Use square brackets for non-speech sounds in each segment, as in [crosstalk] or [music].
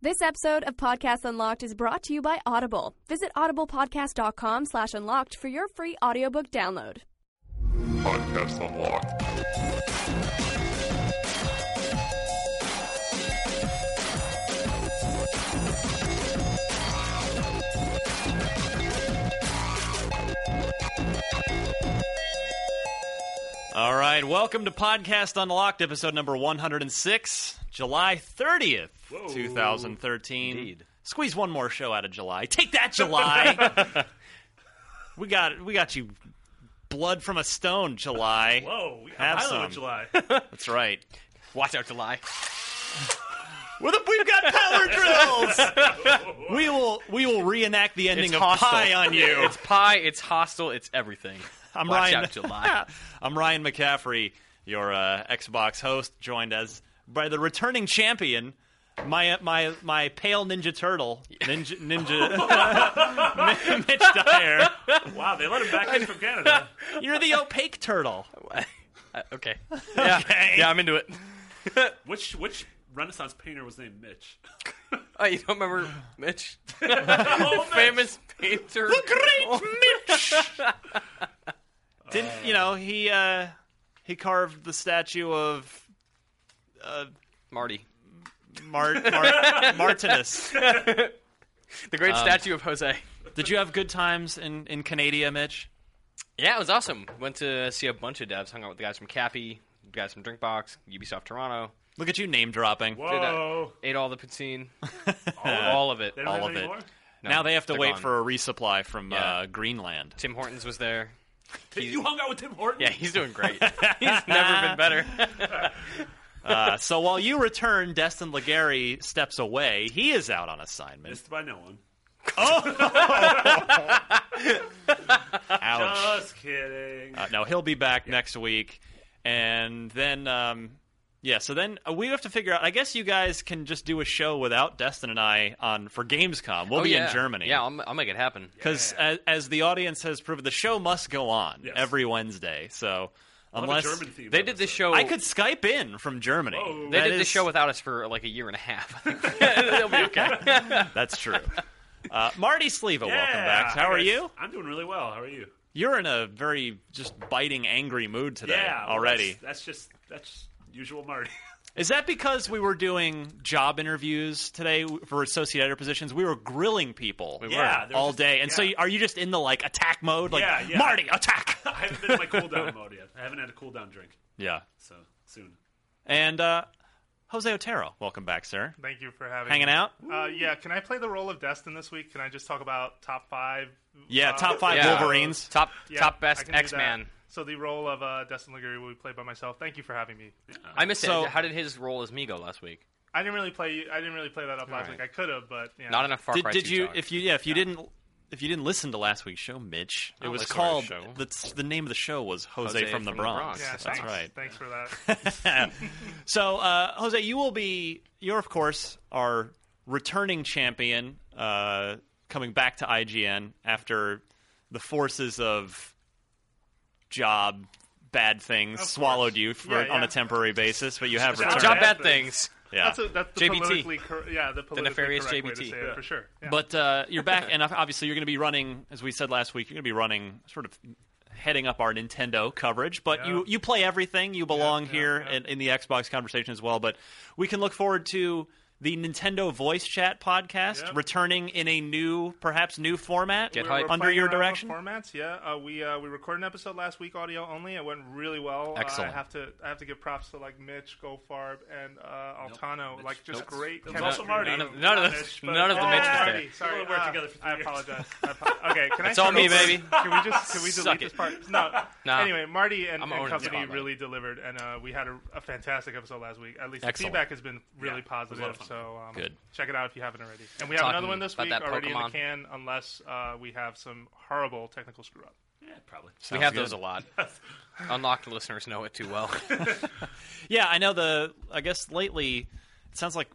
This episode of Podcast Unlocked is brought to you by Audible. Visit audiblepodcast.com slash unlocked for your free audiobook download. Podcast Unlocked. All right, welcome to Podcast Unlocked, episode number 106, July 30th, 2013. Squeeze one more show out of July. Take that, July. [laughs] we got we got you blood from a stone, July. Whoa, we got Have Milo some. in July. [laughs] That's right. Watch out, July. With a- We've got power drills. [laughs] we will we will reenact the ending It's of hostile. Pie on you. [laughs] It's pie. It's hostile. It's everything. I'm Watch Ryan. out, [laughs] July. I'm Ryan McCaffrey, your uh, Xbox host, joined as by the returning champion, my my my pale Ninja Turtle, Ninja Ninja [laughs] Mitch Dyer. wow, they let him back in [laughs] from Canada. You're the opaque turtle. Uh, okay. Yeah. Yeah, I'm into it. Which which Renaissance painter was named Mitch? Oh, you don't remember [laughs] Mitch? [laughs] Oh, Famous painter. Didn't you know he uh, he carved the statue of uh, Marty. Mar- Mar- Martinus? The great statue of Jose. Did you have good times in in Canada, Mitch? Yeah, it was awesome. Went to see a bunch of devs. Hung out with the guys from Cappy, the guys from Drinkbox, Ubisoft Toronto. Look at you name dropping. Whoa. Did, uh, ate all the [laughs] poutine. all, of it. They don't All have of it it. anymore? No, Now they have to they're wait gone. for a resupply from uh, Yeah. Greenland. Tim Hortons was there. [laughs] you hung out with Tim Horton? Yeah, he's doing [laughs] great. he's never been better. Uh, so while you return, Destin Legary steps away. He is out on [laughs] assignment. Missed by no one. Ouch. Just kidding. Uh, no, he'll be back next week. And then, um, yeah, so then uh, we have to figure out. I guess you guys can just do a show without Destin and I on for Gamescom. We'll Oh, be yeah. in Germany. Yeah, I'll, I'll make it happen. Because as, as the audience has proven, the show must go on Yes. every Wednesday. So Love a unless German-themed They did episode. this show. I could Skype in from Germany, Whoa. Oh. They That did this is- show [laughs] without us for like a year and a half. [laughs] They'll be okay. [laughs] That's true. Uh, Marty Sleva, Yeah. welcome back. How Hi, are guys. you? I'm doing really well. How are you? You're in a very just biting, angry mood today yeah. well, already. That's, that's just that's usual Marty. [laughs] Is that because we were doing job interviews today for associate editor positions? We were grilling people We Yeah, were. all there's- day. And so yeah. you- are you just in the like attack mode? Like, Yeah, yeah. Marty, attack! I haven't been in my cool down mode yet. I haven't had a cool down drink. yeah. So soon. And uh, Jose Otero, welcome back, sir. Thank you for having Hanging me. out? Uh, yeah, can I play the role of Destin this week? Can I just talk about top five? Yeah, uh, top five Yeah. Wolverines. Top yeah, top I best can do X Man. that. So the role of uh, Destin Liguri will be played by myself. Thank you for having me. I missed So- it. How did his role as me go last week? I didn't really play. I didn't really play that up last right. week. I could have, but yeah. Not enough Far Did, Cry did 2 you, talk. if you, yeah, if you didn't. If you didn't listen to last week's show, Mitch, it I'll was listen to our called show. the, the name of the show was Jose, Jose from the from the Bronx. Bronx. Yeah, That's thanks. right. Thanks for that. So, uh, Jose, you will be, you're of course our returning champion, uh, coming back to IGN after the forces of job bad things course. swallowed you for, Yeah, on yeah. a temporary basis, but you have Job returned. Job bad bad things. Yeah. That's, a, that's the JBT. politically cor- yeah the politically nefarious correct way to JBT. say it for sure. Yeah. But uh, [laughs] you're back, and obviously you're going to be running, as we said last week, you're going to be running sort of heading up our Nintendo coverage. But you, Yeah. you play everything. You belong yeah, here yeah. In, in the Xbox conversation as well. But we can look forward to the Nintendo Voice Chat podcast Yep. returning in a new, perhaps new format Get We're- hype. we're under playing your around with direction. Formats, yeah. Uh, we uh, we recorded an episode last week, audio only. It went really well. Uh, Excellent. I have to I have to give props to like Mitch Goldfarb and uh, Altano, like just Nope. great. Those chemistry. also Marty. None of- none of Not the- Mitch, but- none of the Oh, Mitch was Marty. there. Sorry, We'll work uh, together for three I years. apologize. I apo- okay, can I? It's all start me, over? baby. Can we just can we Suck delete it. this part? No. Nah. Anyway, Marty and, I'm and owning the company spotlight. really delivered, and uh, we had a, a fantastic episode last week. At least Excellent. the feedback has been really Yeah, it was a lot positive. of fun. So um, Good. Check it out if you haven't already. And we have Talking another one this about week that already in the Pokemon. can, unless uh, we have some horrible technical screw up. Yeah, probably. We Sounds have good. those [laughs] a lot. Unlocked listeners know it too well. Yeah, I know the. I guess lately, it sounds like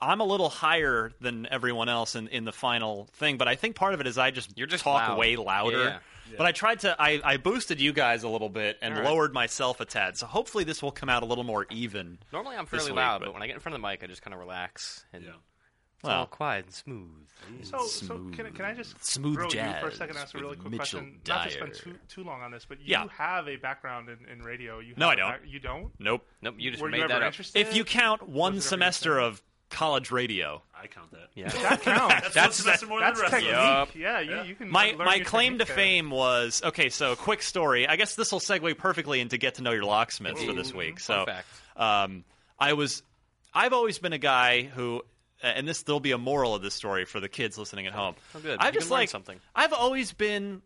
I'm a little higher than everyone else in, in the final thing, but I think part of it is I just You're just talk loud. way louder. Yeah. But I tried to. I, I boosted you guys a little bit and All right. lowered myself a tad, so hopefully this will come out a little more even. Normally I'm This fairly week, loud, but- but when I get in front of the mic, I just kind of relax and Yeah. it's all Well. Mm. quiet and smooth. So, so can, can I just Smooth throw you for a jazz second and ask a with really quick Mitchell question? Not to spend Dyer. too, too long on this, but you Yeah. have a background in, in radio. You have No, I a don't. back- you don't? Nope. Nope, you just Were made you ever that up. interested? If you count one Wasn't semester of college radio, I count that. Yeah. that counts. That's, That's- that's, more than That's the rest technique. of Yup. us. Yeah, you, you can. my learn my your claim to technique there. fame was okay. So, quick story. I guess this will segue perfectly into get to know your locksmiths for this Ooh, week. So, fun fact. um, I was, I've always been a guy who, and this there'll be a moral of this story for the kids listening at home. Oh, good. I You can just learn like something. I've always been.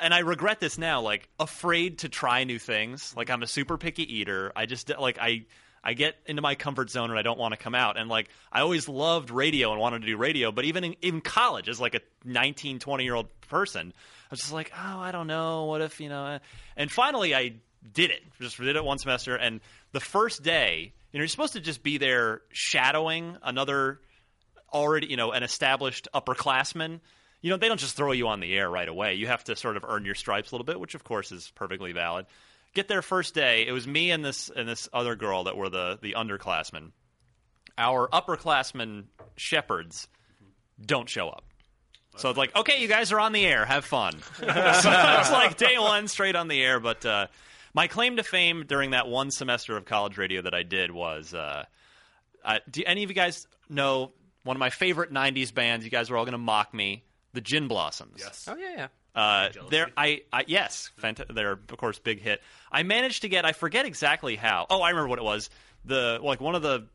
And I regret this now, like afraid to try new things. Like I'm a super picky eater. I just like I I get into my comfort zone and I don't want to come out. And like I always loved radio and wanted to do radio, but even in, in college, as like a 19, 20 year old person, I was just like, oh, I don't know. What if you know? eh?" And finally, I did it. Just did it one semester, and the first day, you know, you're supposed to just be there shadowing another already, you know, an established upperclassman, you know, they don't just throw you on the air right away. You have to sort of earn your stripes a little bit, which of course is perfectly valid. Get there first day. It was me and this and this other girl that were the the underclassmen. Our upperclassmen shepherds don't show up. So it's like, okay, you guys are on the air. Have fun. [laughs] so it's like day one straight on the air. But uh, my claim to fame during that one semester of college radio that I did was uh, uh, do any of you guys know one of my favorite '90s bands? You guys were all going to mock me, the Gin Blossoms. Yes. Oh yeah, yeah. Uh, there, I, I yes, fant- they're of course big hit. I managed to get. I forget exactly how. Oh, I remember what it was. The like one of the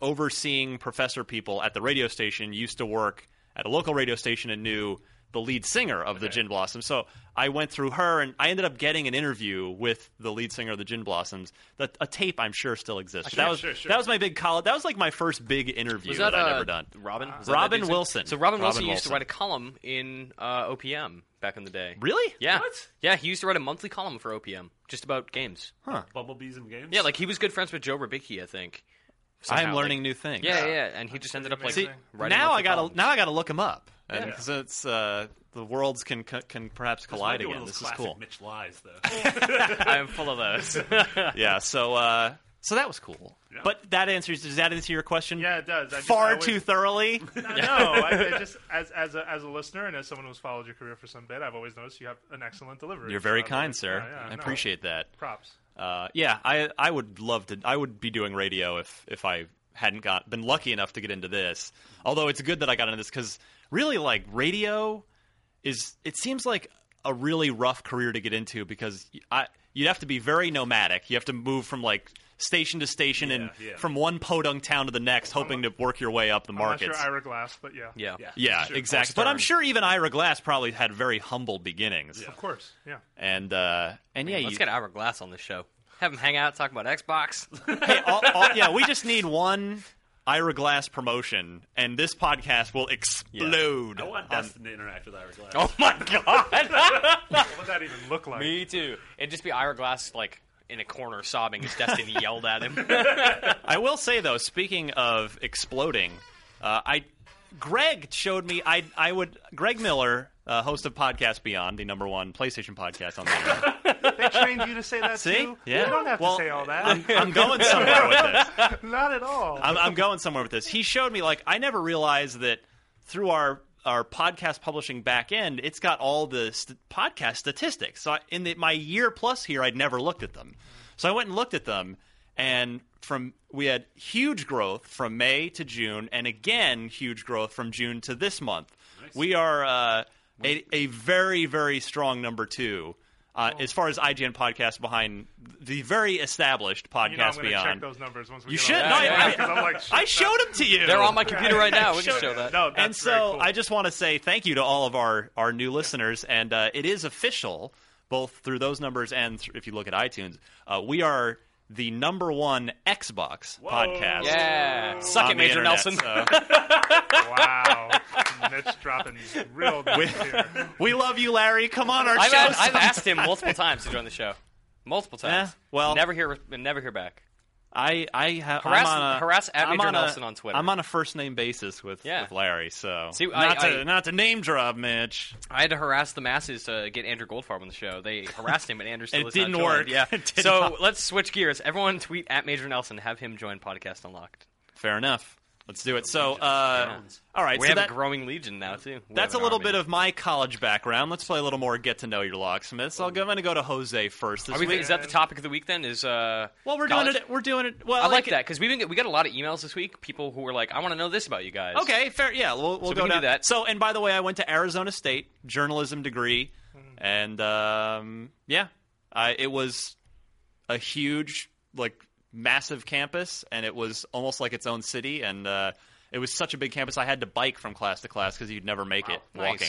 overseeing professor people at the radio station used to work at a local radio station and knew the lead singer of the Gin Blossoms. So I went through her and I ended up getting an interview with the lead singer of the Gin Blossoms. That a tape I'm sure still exists. That was sure, sure. that was my big college. That was like my first big interview Was that, I'd uh, ever done. Robin? Was that Robin that dude's name? Wilson. So Robin, Robin Wilson, used to Wilson. write a column in uh, OPM back in the day. Really? Yeah. What? Yeah, he used to write a monthly column for OPM just about games. Bumblebees and games. Yeah, like he was good friends with Joe Rubicki, I think. Uh, Somehow, I'm like- learning new things. yeah, yeah, and he just ended up like See, writing now monthly I gotta columns. now I gotta look him up Yeah. because it's uh, the worlds can can- can perhaps This might collide be one again. of those This is classic cool. Mitch lies, [laughs] though. I'm full [laughs] of those. yeah. So uh, so that was cool. But that answers does that answer your question? Yeah, it does. I just- Far I always- too thoroughly. [laughs] no, [laughs] I, I just as as a, as a listener and as someone who's followed your career for some bit, I've always noticed you have an excellent delivery. You're very So I've kind, always- sir. yeah, yeah, I no, appreciate that. Props. Uh, yeah, I I would love to. I would be doing radio if if I hadn't got been lucky enough to get into this. Although it's good that I got into this because really, like radio is. It seems like a really rough career to get into because I you'd have to be very nomadic. You have to move from like station to station and Yeah, yeah. from one podunk town to the next, hoping to work your way up the I'm not markets. sure Ira Glass, but yeah, yeah. Yeah. yeah, Sure. exactly. But I'm sure even Ira Glass probably had very humble beginnings. of course, yeah. And uh, and yeah, Let's you, get Ira Glass on this show. Have him hang out, talk about Xbox. hey, all, all, yeah, we just need one Ira Glass promotion, and this podcast will explode. I want on- Dustin to interact with Ira Glass. oh my god. What would that even look like? [laughs] Me too. It'd just be Ira Glass like in a corner sobbing as [laughs] Destiny yelled at him. I will say though, speaking of exploding, uh, I Greg showed me. I I would Greg Miller uh, host of Podcast Beyond, the number one PlayStation podcast on the internet. They trained you to say that See? too. Yeah. You don't have Well, to say all that. I'm, I'm going somewhere with [laughs] this. Not at all. I'm, I'm going somewhere with this. He showed me like I never realized that through our our podcast publishing back end, it's got all the st- podcast statistics. So I, in the, my year plus here, I'd never looked at them. So I went and looked at them, and from we had huge growth from May to June, and again huge growth from June to this month. We are uh, a, a very very strong number two. Uh, Oh. As far as IGN podcast behind the very established podcast you know, I'm gonna check beyond, those numbers once we you get should. off No, the yeah, I- air, I- 'cause I'm like, shit, I showed them to you. They're on my [laughs] computer right now. We can show that. No, that's and so very cool. I just want to say thank you to all of our, our new listeners, and uh, it is official, both through those numbers and th- if you look at iTunes, uh, we are the number one Xbox podcast. Yeah. on [laughs] Suck it, the Major internet, Nelson. so- wow, Mitch dropping these [laughs] real names here. we love you, Larry. Come on our I've, show. asked, I've sometime. asked him multiple times to join the show. Multiple times. Eh, well- never hear, never hear back. [laughs] I I ha- I'm Harass- on a, harass at I'm Major on a- Nelson on Twitter. I'm on a first name basis with, Yeah. with Larry, so See, I- not to I- not to name drop, Mitch. I had to harass the masses to get Andrew Goldfarb on the show. They harassed him, and Andrew still It has not didn't joined. work. Yeah. [laughs] It did so not. let's switch gears. Everyone tweet at Major Nelson. Have him join Podcast Unlocked. Fair enough. Let's do it. So, uh, all right. we so have that, a growing legion now too. We That's a have an little army. bit of my college background. Let's play a little more get to know your locksmiths. I'll, I'm going to go to Jose first. This Are we, week. is that the topic of the week then? Is uh, well, we're college? doing it. We're doing it. Well, I like it- that because we been get- we got a lot of emails this week. People who were like, "I want to know this about you guys." Okay, fair. Yeah, we'll, we'll we go can do down. that. So, and by the way, I went to Arizona State, journalism degree, and um, yeah, I, it was a huge, like, massive campus, and it was almost like its own city, and uh, it was such a big campus. I had to bike from class to class because you'd never make it Nice. walking.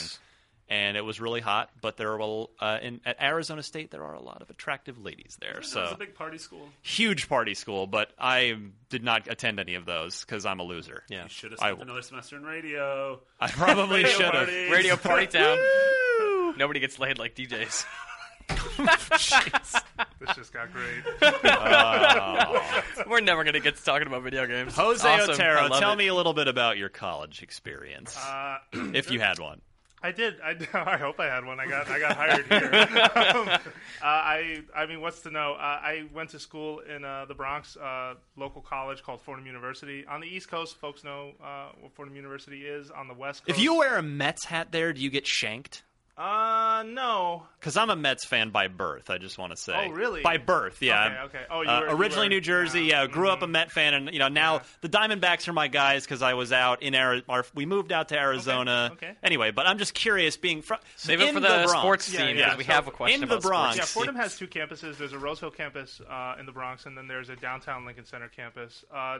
And it was really hot, but there were uh, in at Arizona State there are a lot of attractive ladies there. It So was a big party school. huge party school, but I did not attend any of those because I'm a loser. Yeah. You should have I- spent another semester in radio. [laughs] I probably Radio should have. parties. Radio Party Town. Nobody gets laid like DJs. [laughs] This just got great. Uh, We're never gonna get to talking about video games. Jose Awesome. I Otero, love tell it. me a little bit about your college experience, Uh, [clears throat] if you had one. I did. I, [laughs] I hope I had one. I got I got hired [laughs] here. um, uh, I I mean, what's to know? Uh, I went to school in uh, the Bronx, uh, local college called Fordham University on the East Coast. Folks know uh, what Fordham University is on the West Coast. If you wear a Mets hat there, do you get shanked? uh no, Because I'm a Mets fan by birth. I just want to say. Oh, really? By birth, yeah. Okay, okay. Oh, you Uh, were- you originally were- New Jersey. Yeah, yeah. Mm-hmm. grew up a Met fan, and you know now the Diamondbacks are my guys because I was out in Arizona. We moved out to Arizona. okay. Anyway, but I'm just curious. Being from Save it in for the, the, Bronx. sports team Yeah, because yeah. we So, have a in question the about sports. Bronx. Yeah, Fordham has two campuses. There's a Rose Hill campus uh, in the Bronx, and then there's a downtown Lincoln Center campus. Uh,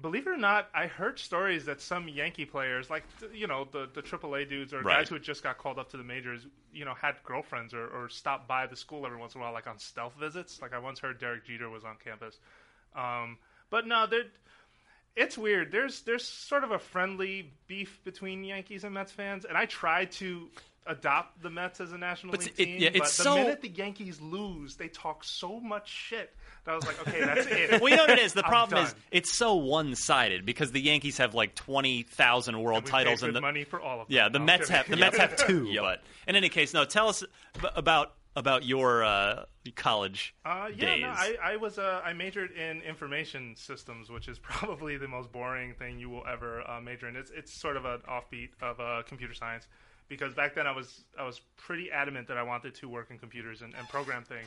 believe it or not, I heard stories that some Yankee players, like th- you know the the AAA dudes or Right. guys who had just got called up to the majors, you know, had girlfriends or, or stopped by the school every once in a while, like on stealth visits. Like I once heard Derek Jeter was on campus. Um, but no, there. It's weird. There's there's sort of a friendly beef between Yankees and Mets fans, and I try to adopt the Mets as a national But league it- team. yeah, but it's the so- minute the Yankees lose, they talk so much shit that I was like, okay, [laughs] that's it. [laughs] Well, you know what it is. [laughs] The I'm problem is done. it's so one-sided because the Yankees have like twenty thousand world We paid titles, and good the money for all of them. yeah, the No, I'm Mets kidding. [laughs] have the Mets have two. But in any case, no. Tell us ab- about about your uh, college Uh, yeah, days. no, I, I was uh, I majored in information systems, which is [laughs] probably the most boring thing you will ever uh, major in. It's it's sort of an offbeat of uh, computer science because back then I was I was pretty adamant that I wanted to work in computers and, and program things.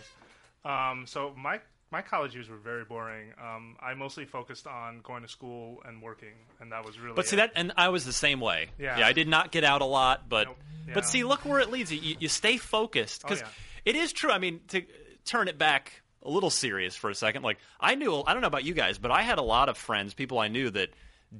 Um, so my my college years were very boring. Um, I mostly focused on going to school and working, and that was really. but see it. that, and I was the same way. Yeah. I did not get out a lot, but Nope. Yeah. but see, look where it leads you. You, you stay focused because Oh, yeah. it is true. I mean, to turn it back a little serious for a second, like I knew, I don't know about you guys, but I had a lot of friends, people I knew that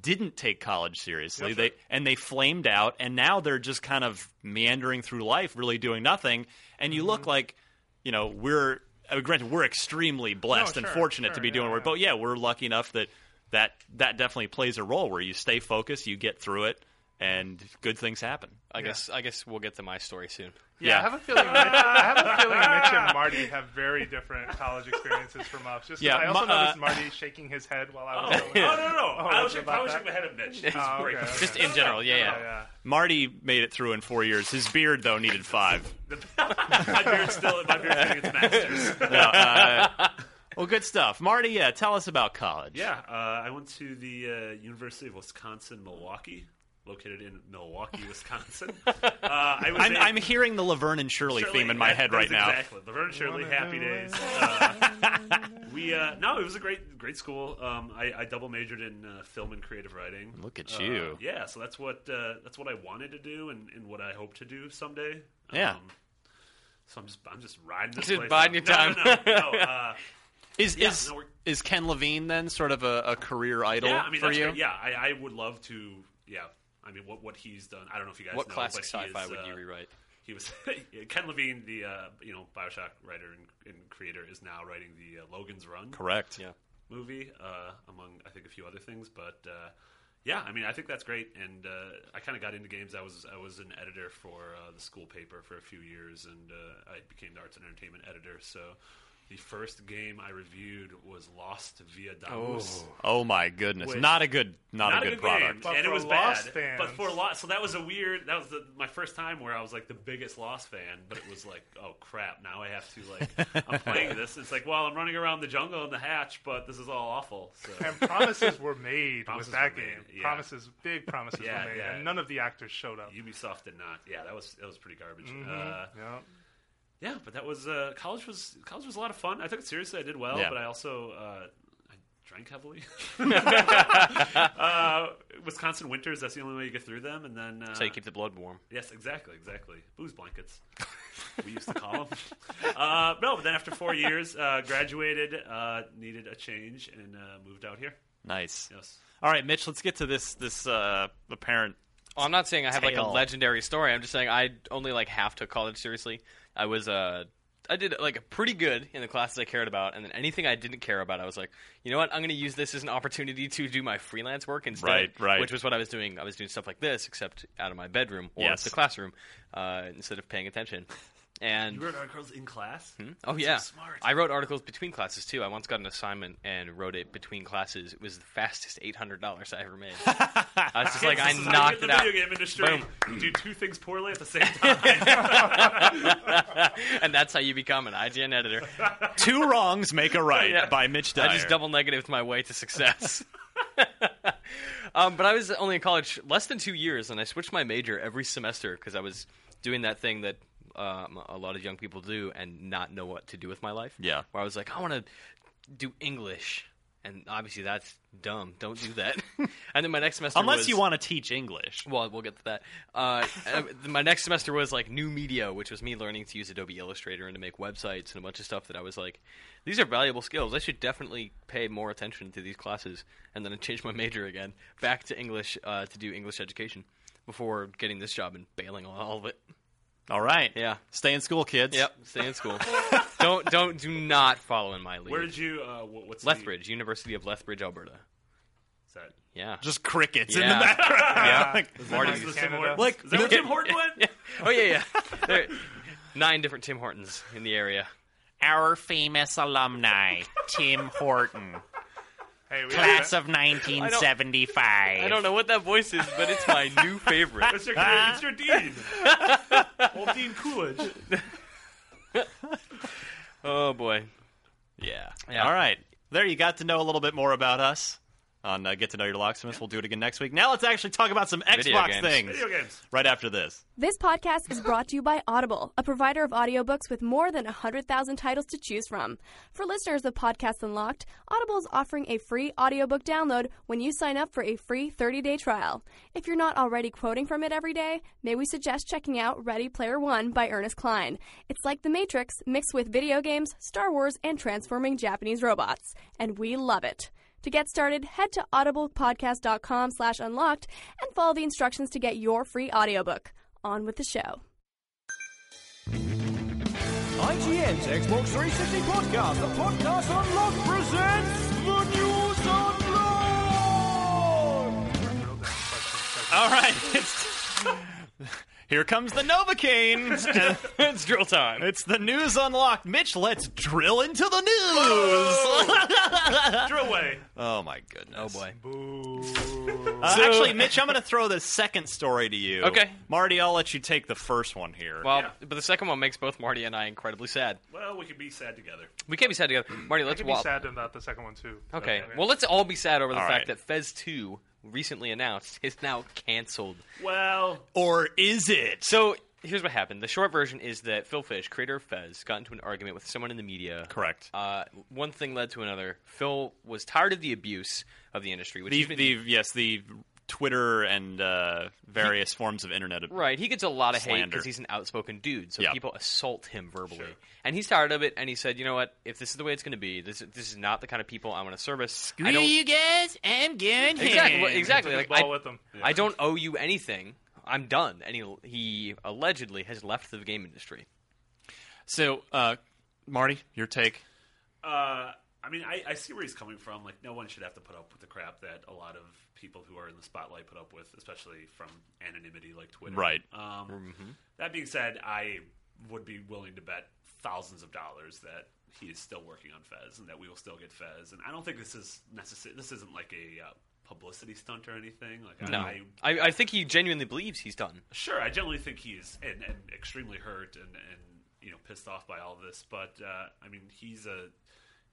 didn't take college seriously. Yeah, they sure. and they flamed out, and now they're just kind of meandering through life, really doing nothing. And you Mm-hmm. look like, you know, we're I mean, granted we're extremely blessed and sure, fortunate to sure, be doing yeah, work, yeah. but yeah, we're lucky enough that that that definitely plays a role where you stay focused, you get through it, and good things happen. I guess I guess we'll get to my story soon. Yeah, I have a feeling. Mitch, [laughs] I have a feeling Mitch and Marty have very [laughs] different college experiences from us. Just 'cause Yeah, I also Ma- uh, noticed Marty shaking his head while I [laughs] Oh, was. oh, no, no, no. I was it's shaking about I was that. shaking my head at Mitch. Oh, Great. okay, okay. Just in general, yeah, yeah. Oh, yeah. Marty made it through in four years. His beard though needed [laughs] five. my beard's still my beard's getting [laughs] its masters. uh, Well, good stuff, Marty. Yeah, tell us about college. Yeah, uh, I went to the uh, University of Wisconsin Milwaukee, located in Milwaukee, [laughs] Wisconsin. uh, I was I'm, a- I'm hearing the Laverne and Shirley, Shirley- theme in my yeah, head that's right now. Exactly, Laverne Shirley, Happy Days. Uh, we uh, no, it was a great great school. Um, I, I double majored in uh, film and creative writing. Look at Uh, you. yeah, so that's what uh, that's what I wanted to do and, and what I hope to do someday. Um, Yeah. so I'm just I'm just riding this. Just place biding out. your No, no, time. no, [laughs] no, uh, Is Yeah, is no, we're- is Ken Levine then sort of a, a career idol yeah, I mean, for that's you? great. yeah, I, I would love to. Yeah, I mean, what what he's done. I don't know if you guys What know, classic but he sci-fi is, would uh, you rewrite? He was [laughs] Ken Levine, the uh, you know Bioshock writer and, and creator, is now writing the uh, Logan's Run Correct. Yeah. movie, uh, among I think a few other things. But uh, yeah, I mean, I think that's great. And uh, I kind of got into games. I was I was an editor for uh, the school paper for a few years, and uh, I became the arts and entertainment editor. So. The first game I reviewed was Lost via Damus. Oh my goodness, Wait. not a good, not, a good, product. But and it for was Lost bad. fans- But for Lost, so that was a weird. That was the, my first time where I was like the biggest Lost fan. But it was like, oh crap! Now I have to like I'm [laughs] playing this. It's like, well, I'm running around the jungle in the hatch, but this is all awful. So And promises were made Promises with that were game. made, yeah. Promises, big promises Yeah, were made, yeah. and none of the actors showed up. Ubisoft did not. Yeah, that was that was pretty garbage. Mm-hmm. Uh, yeah. yeah, but that was uh, college was college was a lot of fun. I took it seriously. I did well, Yeah. but I also uh, I drank [laughs] heavily. [laughs] uh, Wisconsin winters. That's the only way you get through them. And then uh, So you keep the blood warm. Yes, exactly, exactly. Booze blankets, we used to call them. [laughs] Uh, no, but then after four years, uh, graduated, uh, needed a change, and uh, moved out here. Nice. Yes. All right, Mitch, let's get to this this uh, apparent. Oh, I'm not saying I have like a Tale. legendary story. I'm just saying I only like half took college seriously. I was uh I did like pretty good in the classes I cared about, and then anything I didn't care about, I was like, you know what? I'm going to use this as an opportunity to do my freelance work instead. Right, right. Which was what I was doing. I was doing stuff like this, except out of my bedroom or Yes. the classroom, uh, instead of paying attention. And You wrote articles in class. Oh yeah, smart. I wrote articles between classes too. I once got an assignment and wrote it between classes. It was the fastest eight hundred dollars I ever [laughs] made. I was just like, I This is how you knocked get it in the out. video game industry. Boom. You do two things poorly at the [laughs] same time. and that's how you become an [laughs] IGN editor. Two wrongs make a [laughs] right Yeah. by Mitch Dyer. I just double negatived my way to success. [laughs] um, but I was only in college less than two years, and I switched my major every semester because I was doing that thing that um, a lot of young people do and not know what to do with my life. Yeah. where I was like, I want to do English, and obviously that's dumb. Don't do that. [laughs] and then my next semester, Unless was- you want to teach English. well, we'll get to that. Uh, uh, my next semester was like new media, which was me learning to use Adobe Illustrator and to make websites and a bunch of stuff that I was like, these are valuable skills. I should definitely pay more attention to these classes. And then I changed my major again back to English uh, to do English education before getting this job and bailing on all of it. All right. Yeah. Stay in school, kids. Yep, stay in [laughs] school. don't don't do not follow in my lead. Where did you? Uh, what, what's the- Lethbridge, University of Lethbridge, Alberta. is that- Yeah. Just crickets in Yeah. the background. yeah. is Marty's [laughs] this Canada. Tim [laughs] Hortons? Like, is that where Tim Horton went? oh yeah, yeah. There, nine different Tim Hortons in the area. Our famous alumni, Tim [laughs] Horton, Hey, we class of 1975. I don't know what that voice is, but it's my new favorite. It's your, it's your dean. Old Dean [laughs] Coolidge. Oh boy. Yeah. Yeah. All right. There you got to know a little bit more about us on uh, Get to Know Your Locksmiths. We'll do it again next week. Now let's actually talk about some Video Xbox games. things Video games. right after this. This podcast is brought to you by Audible, a provider of audiobooks with more than 100,000 titles to choose from. For listeners of Podcasts Unlocked, Audible is offering a free audiobook download when you sign up for a free 30 day trial. If you're not already quoting from it every day, may we suggest checking out Ready Player One by Ernest Klein. It's like The Matrix mixed with video games, Star Wars, and transforming Japanese robots. And we love it. To get started, head to audiblepodcast.com slash unlocked and follow the instructions to get your free audiobook. On with the show. IGN's Xbox 360 podcast, the podcast unlocked, presents the news unlocked. Real damn questions. All right. It's [laughs] Here comes the [laughs] Novocaine. it's drill time. It's the news unlocked. Mitch, let's drill into the [laughs] news. Drill way. Oh my goodness. Oh boy. Boo. Uh, So- actually, Mitch, I'm going to throw the second story to you. Okay. Marty, I'll let you take the first one here. Well, but the second one makes both Marty and I incredibly sad. Well, we could be sad together. We can't be sad together. Marty, I let's could walk. be sad about the second one too. Okay. Well, let's all be sad over the All fact right. that Fez 2 recently announced is now canceled. Well, Or is it? So here's what happened. The short version is that Phil Fish, creator of Fez, got into an argument with someone in the media. Correct. Uh, one thing led to another. Phil was tired of the abuse of the industry, which The, he's been- the yes, the Twitter and uh, various forms of internet. Right, he gets a lot of hate Slander. because he's an outspoken dude, so Yeah. people assault him verbally, and he's tired of it. And he said, "You know what? If this is the way it's going to be, this this is not the kind of people I want to service. I don't guys. I'm going exactly well, exactly. Took Like, the I, ball with him. I don't owe you anything. I'm done." And he he allegedly has left the game industry. So, uh, Marty, your take? Uh, I mean, I, I see where he's coming from. Like, no one should have to put up with the crap that a lot of people who are in the spotlight put up with, especially from anonymity like Twitter. Right. Um, That being said, I would be willing to bet thousands of dollars that he is still working on Fez and that we will still get Fez. And I don't think this is necessary. This isn't like a uh, publicity stunt or anything. Like, I, No, I, I, I think he genuinely believes he's done. Sure, I generally think he's and, and extremely hurt and, and you know pissed off by all this, but uh, I mean he's a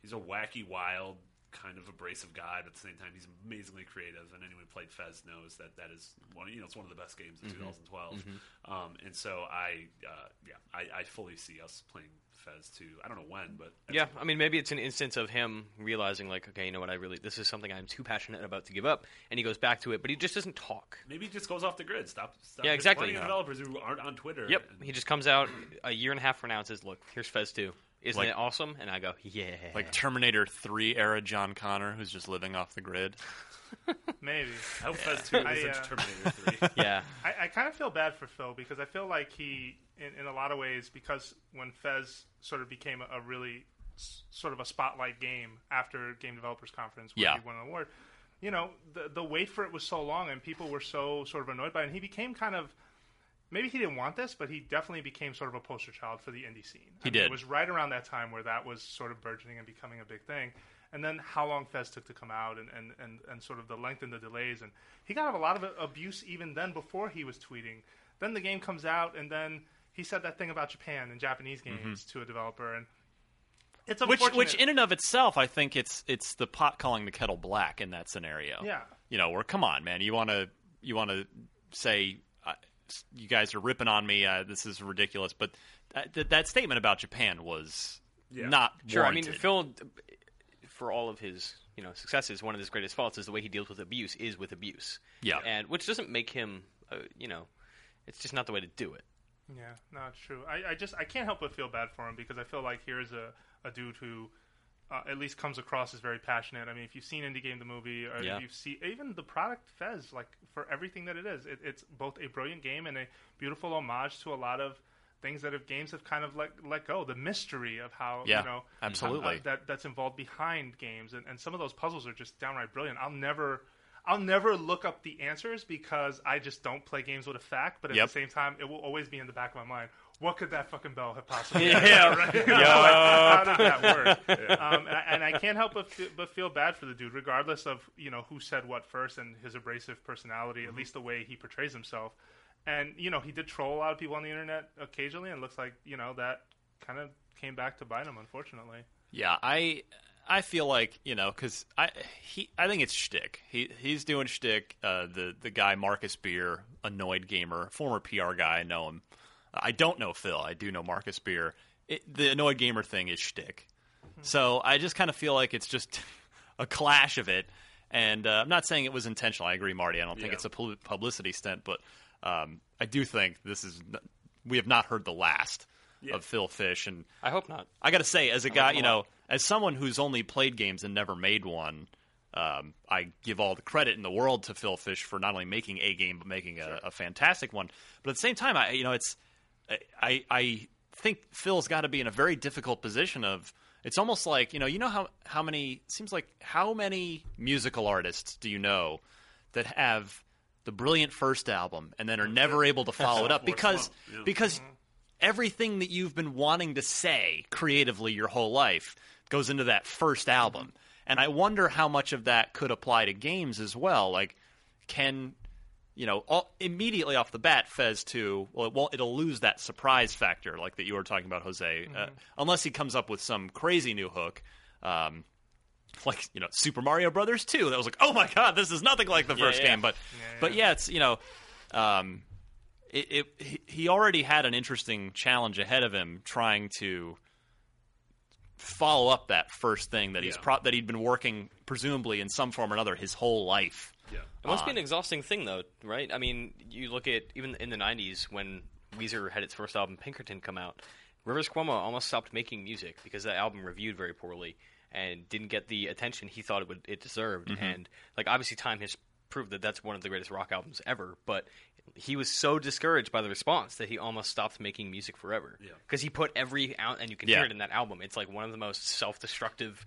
he's a wacky, wild kind of abrasive guy. But at the same time, he's amazingly creative, and anyone who played Fez knows that that is one you know it's one of the best games Mm-hmm. of 2012. Um, and so I uh, yeah I, I fully see us playing Fez too. I don't know when, but at Yeah, some I mean, maybe it's an instance of him realizing, like, okay, you know what? I really this is something I'm too passionate about to give up, and he goes back to it, but he just doesn't talk. Maybe he just goes off the grid. Stop. stop Yeah, there's exactly. plenty of Yeah. developers who aren't on Twitter. Yep, and- he just comes out a year and a half from now and says, "Look, here's Fez two. Isn't Like- it awesome?" And I go, "Yeah." Like Terminator Three era John Connor, who's just living off the grid. Maybe. [laughs] I hope Fez Two I, is uh, [laughs] Terminator Three. [laughs] yeah, I, I kind of feel bad for Phil because I feel like he, in, in a lot of ways, because when Fez sort of became a, a really s- sort of a spotlight game after Game Developers Conference, where Yeah. he won an award, you know, the, the wait for it was so long and people were so sort of annoyed by it. And he became kind of, maybe he didn't want this, but he definitely became sort of a poster child for the indie scene. He mean, did. It was right around that time where that was sort of burgeoning and becoming a big thing. And then how long Fez took to come out and, and, and, and sort of the length and the delays. And he got a lot of abuse even then before he was tweeting. Then the game comes out, and then he said that thing about Japan and Japanese games to a developer. And it's Mm-hmm. Which, unfortunate. which in and of itself, I think it's it's the pot calling the kettle black in that scenario. Yeah. You know, where come on, man, you want to you want to say uh, s- you guys are ripping on me. Uh, this is ridiculous. But that, that, that statement about Japan was not sure. I mean, warranted. Phil, for all of his you know successes, one of his greatest faults is the way he deals with abuse is with abuse. Yeah. and which doesn't make him, uh, you know, it's just not the way to do it. Yeah, no, it's true. I, I just I can't help but feel bad for him because I feel like here's a, a dude who uh, at least comes across as very passionate. I mean, if you've seen Indie Game the movie, or Yeah. if you've seen even the product Fez, like for everything that it is, it, it's both a brilliant game and a beautiful homage to a lot of things that have games have kind of let let go. The mystery of how Yeah, you know absolutely. uh, that that's involved behind games, and, and some of those puzzles are just downright brilliant. I'll never. I'll never look up the answers because I just don't play games with a fact. But at Yep. the same time, it will always be in the back of my mind. What could that fucking bell have possibly? [laughs] Yeah, [laughs] right. How did that work? Um, and, I, and I can't help but, fe- but feel bad for the dude, regardless of you know who said what first and his abrasive personality, Mm-hmm. at least the way he portrays himself. And you know he did troll a lot of people on the internet occasionally, and it looks like you know that kind of came back to bite him, unfortunately. Yeah, I I feel like you know because I he I think it's shtick. He he's doing shtick. Uh, the the guy Marcus Beer, annoyed gamer, former PR guy. I know him. I don't know Phil. I do know Marcus Beer. It, the annoyed gamer thing is shtick. So I just kind of feel like it's just [laughs] a clash of it. And uh, I'm not saying it was intentional. I agree, Marty. I don't think Yeah. it's a pub- publicity stunt, but um, I do think this is. n we have not heard the last of Phil Fish, and I hope not. I got to say, as a guy, like you them a know, as someone who's only played games and never made one, um, I give all the credit in the world to Phil Fish for not only making a game but making a, a fantastic one. But at the same time, I you know, it's I I think Phil's got to be in a very difficult position of. It's almost like you know, you know how how many seems like how many musical artists do you know that have the brilliant first album and then are never able to follow [laughs] it up because Yeah. because everything that you've been wanting to say creatively your whole life goes into that first album. And I wonder how much of that could apply to games as well. Like can you know, all, immediately off the bat, Fez two. Well, it won't, it'll lose that surprise factor, like that you were talking about, Jose. Uh, unless he comes up with some crazy new hook, um, like you know, Super Mario Brothers two. That was like, oh my god, this is nothing like the Yeah, first yeah. game. But but yeah, it's you know, um, it, it he- he already had an interesting challenge ahead of him trying to follow up that first thing that he's Yeah. pro- that he'd been working presumably in some form or another his whole life. Yeah, It must be an exhausting thing, though, right? I mean, you look at even in the '90s when Weezer had its first album, Pinkerton, come out. Rivers Cuomo almost stopped making music because that album reviewed very poorly and didn't get the attention he thought it would it deserved. Mhm. And like, obviously, time has proved that that's one of the greatest rock albums ever. But he was so discouraged by the response that he almost stopped making music forever. Because he put every out, and you can Yeah. hear it in that album. It's like one of the most self-destructive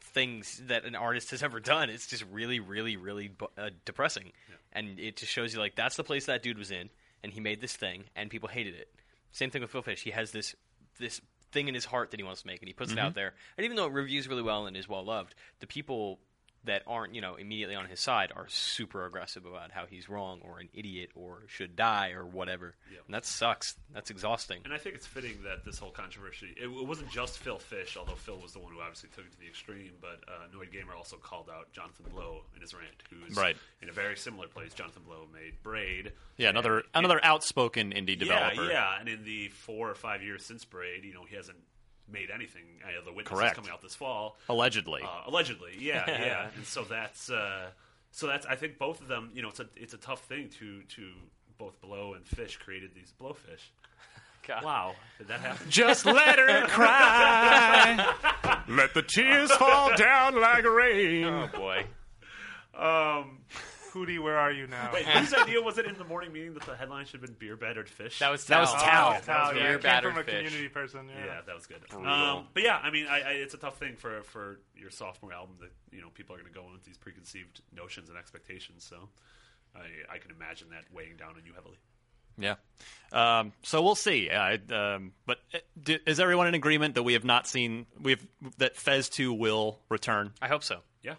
things that an artist has ever done. It's just really, really, really bu- uh, depressing, and it just shows you like that's the place that dude was in, and he made this thing, and people hated it. Same thing with Phil Fish. He has this this thing in his heart that he wants to make, and he puts it Mhm. Mm-hmm. out there. And even though it reviews really well and is well loved, the people that aren't you know immediately on his side are super aggressive about how he's wrong or an idiot or should die or whatever. And that sucks. That's exhausting. And I think it's fitting that this whole controversy, it, it wasn't just Phil Fish, although Phil was the one who obviously took it to the extreme, but uh, Annoyed Gamer also called out Jonathan Blow in his rant, who's Right. in a very similar place. Jonathan Blow made Braid. Yeah, another another outspoken indie developer. Yeah, yeah, and in the four or five years since Braid, you know, he hasn't made anything. I know the witness Correct. is coming out this fall. Allegedly. Uh, allegedly, [laughs] yeah, yeah. and so that's uh, so that's I think both of them, you know, it's a it's a tough thing to to both Blow and Fish created these blowfish. Wow, did that happen? Just let [laughs] her cry. Let the tears fall down like rain. Oh boy. Um, Hootie, where are you now? Wait, whose idea was it in the morning meeting that the headline should have been beer battered fish? That was Oh, That was Tal. Tal. Tal, yeah, it came from a community person, yeah. that was Oh, good. Brutal. Um, but yeah, I mean, I, I, it's a tough thing for for your sophomore album that you know people are going to go in with these preconceived notions and expectations. So I, I can imagine that weighing down on you heavily. Yeah. Um, so we'll see. I, um, but uh, d is everyone in agreement that we have not seen we have that Fez two will return? I hope so. Yeah.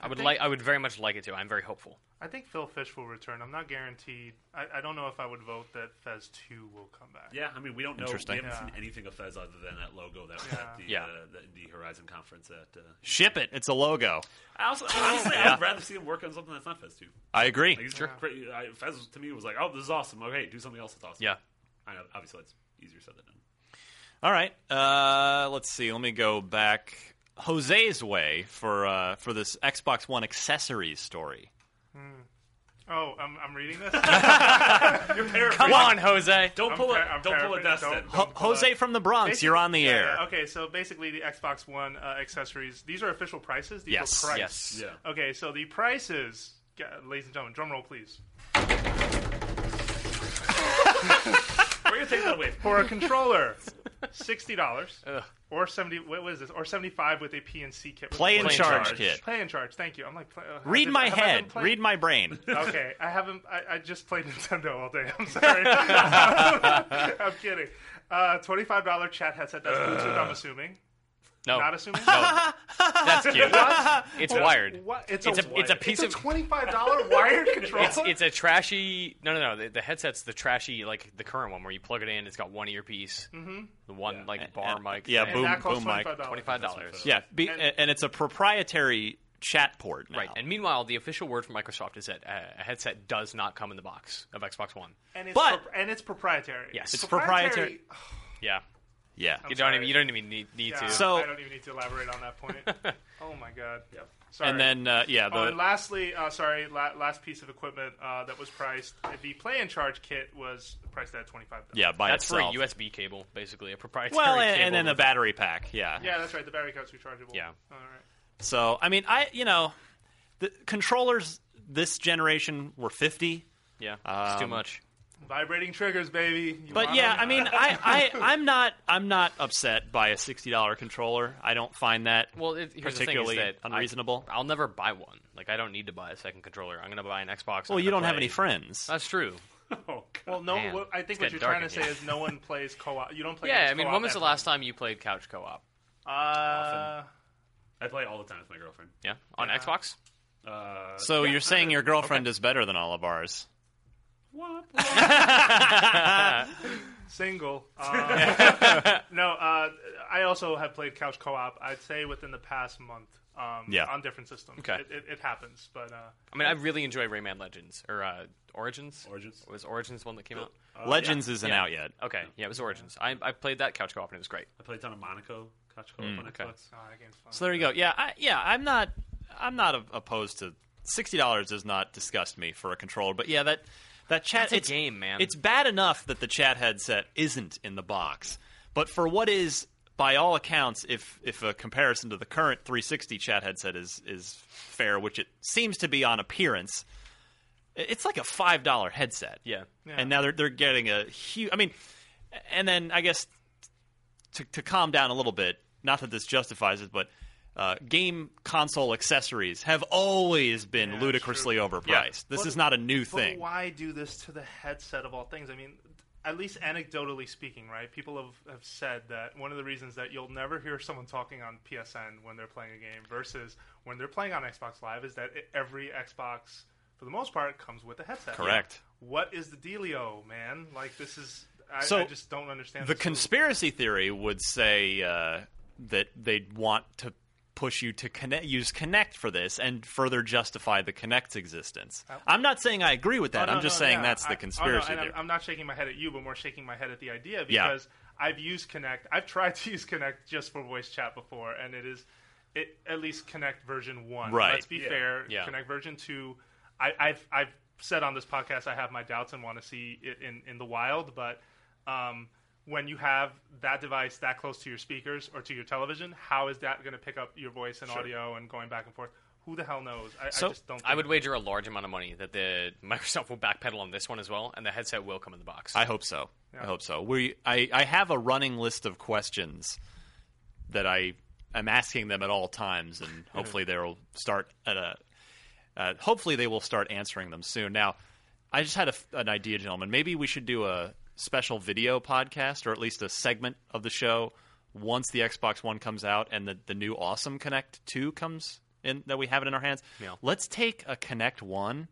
I would think- like. I would very much like it to. I'm very hopeful. I think Phil Fish will return. I'm not guaranteed. I, I don't know if I would vote that Fez 2 will come back. Yeah, I mean, we don't know. We haven't Yeah. seen anything of Fez other than that logo that was at the, Yeah. uh, the Indie Horizon conference. At uh, Ship it. It's a logo. I also honestly, Yeah. I'd rather see him work on something that's not Fez two. I agree. Like, he's cra- I, Fez to me was like, oh, this is awesome. Okay, do something else that's awesome. Yeah. I know, obviously it's easier said than done. All right. Uh, let's see. Let me go back Jose's way for uh, for this Xbox One accessories story. Hmm. Oh, I'm, I'm reading [laughs] this? You're paraphrasing. Come on, Jose. Don't I'm pull a- par- I'm don't pull a paraphrasing. Dustin. Don't- Ho- don't pull Jose a- from the Bronx, Basically- you're on the yeah, air. yeah, Okay, so basically the Xbox One uh, accessories, these are official prices? These Yes, are price. yes. Yeah. Okay, so the prices, g- ladies and gentlemen, drum roll [laughs] please. We're going to take that away. For a controller, $60. Or seventy, what was this? Or seventy-five with a PNC kit. Play in Play charge kit. Play in charge. Thank you. I'm like, play, uh, Read have I- my have I been head. playing- Read my [laughs] [laughs] brain. okay, I haven't. I, I just played Nintendo all day. [laughs] I'm sorry. I'm kidding. Uh, Twenty-five dollar chat headset. That's Bluetooth. I'm assuming. Oh. No. Not assuming. No. That's cute. What? It's What? wired. What? It's, It's a, a- it's a piece of- twenty-five [laughs] dollar wired controller. It's, it's a trashy. No, no, no. The, the headset's the trashy, like the current one where you plug it in. It's got one earpiece, Mhm. the one like bar mic. Yeah, thing. boom, boom mic. Twenty five dollars. Yeah, be, and, it's a proprietary chat port. Now. Right. And meanwhile, the official word from Microsoft is that uh, a headset does not come in the box of Xbox One. and it's but- pro- and it's proprietary. Yes, It's It's proprietary. proprietary. Yeah. Yeah. You don't even. You don't even need, need Yeah, to. I don't even need to elaborate on that [laughs] point. oh my god. Sorry. And then uh, yeah, the oh, and lastly, uh, sorry, la- last piece of equipment uh, that was priced, the play and charge kit was priced at twenty five. yeah by that's itself. for a USB cable, basically a proprietary. well, and, cable and then a with- battery pack. Yeah. Yeah, that's right. The battery cup's rechargeable. Yeah. All right. So I mean, I you know, the controllers this generation were fifty. Um, Yeah, it's too much. Vibrating triggers, baby. You But want yeah, them? I mean, I, I I'm not I'm not upset by a sixty dollar controller. I don't find that Well, it, here's particularly the thing is that unreasonable. I, will never buy one. Like I don't need to buy a second controller. I'm gonna buy an Xbox. well, I'm you don't gonna have play. any friends. That's true. [laughs] well, no. Man, what, I it's think what getting you're dark trying to say in here. is no one plays co-op. You don't play. yeah, games I mean, co-op when was that the last time you played couch co-op? much. Uh, I play all the time with my girlfriend. Yeah, on Xbox. Uh, So yeah. you're saying your girlfriend is better than all of ours? Womp, womp. single. Uh, no, uh, I also have played couch co-op. I'd say within the past month. Um, Yeah. on different systems. Okay. It, it, it happens, but uh, I mean, I really enjoy Rayman Legends or uh, Origins. Origins. was Origins one that came out. Legends isn't Oh, Yeah. out yet. Okay, yeah, it was Origins. I, I played that couch co-op and it was great. I played a ton of Monaco Couch Co-op on okay. Xbox. oh, that game's fun. So there you go. Yeah, I, yeah. I'm not. I'm not op- opposed to sixty dollars. Does not disgust me for a controller. But yeah, that that chat. That's a it's, game, man. It's bad enough that the chat headset isn't in the box, but for what is, by all accounts, if if a comparison to the current 360 chat headset is is fair, which it seems to be on appearance, i- it's like a five dollar headset. Yeah. Yeah. and now they're they're getting a huge. I mean, and then I guess to, to calm down a little bit, not that this justifies it, but uh, game console accessories have always been Yeah, ludicrously true. overpriced. Yeah. This But- is not a new But thing. why do this to the headset of all things? I mean, at least anecdotally speaking, right? People have, have said that one of the reasons that you'll never hear someone talking on PSN when they're playing a game versus when they're playing on Xbox Live is that it, every Xbox, for the most part, comes with a headset. Correct. What is the dealio, man? Like, this is. I, So, I just don't understand The this move. conspiracy theory would say uh, that they'd want to push you to connect, use Connect for this and further justify the Connect's existence. I'm not saying I agree with that. Uh, Oh, no, I'm just no, saying yeah. that's I- the oh, no, conspiracy and I'm- theory. I'm not shaking my head at you, but more shaking my head at the idea Yeah. because I've used Connect. I've tried [laughs] to use Connect just for voice chat before, and it is it at least Connect version one. Right. Let's be fair. Yeah. Connect version two. I, I've I've said on this podcast I have my doubts and want to see it in in the wild, but. Um, when you have that device that close to your speakers or to your television, how is that going to pick up your voice and audio and going back and forth? Who the hell knows? I, I So, just don't. I think- would wager a large amount of money that the [laughs] Microsoft will backpedal on this one as well, and the headset will come in the box. I hope so. I hope so. We, I, I have a running list of questions that I am asking them at all times, and hopefully they'll start at a. Uh, hopefully they will start answering them soon. Now, I just had a f an idea, gentlemen. Maybe we should do a special video podcast, or at least a segment of the show, once the Xbox One comes out and the, the new awesome Connect Two comes in that we have it in our hands. Yeah. Let's take a Connect One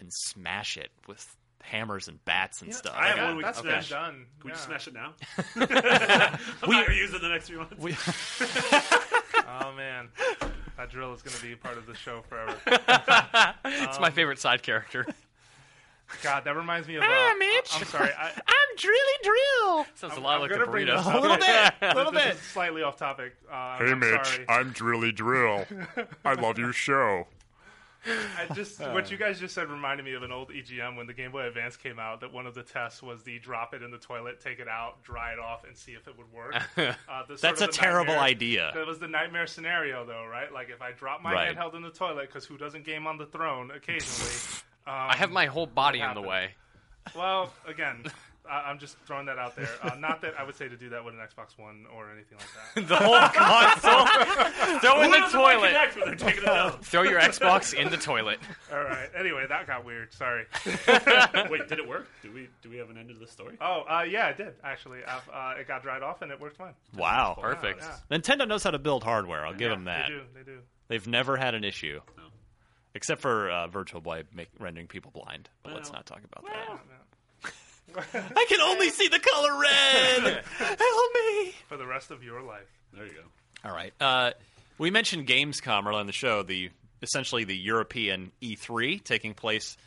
and smash it with hammers and bats and stuff. I I have got one it. we That's that's been been done. Can we just Yeah. smash it now? [laughs] I'm not gonna use it in the next few months. We- Oh man, that drill is going to be part of the show forever. [laughs] it's my favorite side character. [laughs] God, that reminds me of. Uh, Ah, Mitch. I'm sorry. [laughs] I, I'm drilly drill. Sounds a I'm- lot I'm like gonna the bring burrito. this up. [laughs] bit, this is slightly off topic. Uh, Hey, I'm Mitch, Sorry. I'm Drilly Drill. I love your show. I [laughs] just what you Uh. guys just said reminded me of an old EGM when the Game Boy Advance came out. That one of the tests was the drop it in the toilet, take it out, dry it off, and see if it would work. Uh, this sort That's of a the terrible nightmare- idea. That was the nightmare scenario, though, right? Like if I drop my Right. handheld in the toilet, because who doesn't game on the throne occasionally? Um, I have my whole body in the happened? way. Well, again, I, I'm just throwing that out there. Uh, not that I would say to do that with an Xbox One or anything like that. The whole console. Throw in [laughs] the toilet. Connect when they're taking it out. [laughs] Throw your Xbox in the toilet. All right. Anyway, that got weird. Sorry. [laughs] Wait, did it work? Do we do we have an end to the story? Oh, uh, yeah, it did actually. Uh, uh, it got dried off and it worked fine. Wow. Perfect. Yeah. Nintendo knows how to build hardware. I'll give Yeah, them that. They do. They do. have never had an issue, No. except for uh, Virtual Boy make, rendering people blind. But let's Well. not talk about Yeah. that. I can only see the color red. Help me. For the rest of your life. There you go. All right. Uh, we mentioned Gamescom earlier on the show, the essentially the European E3 taking place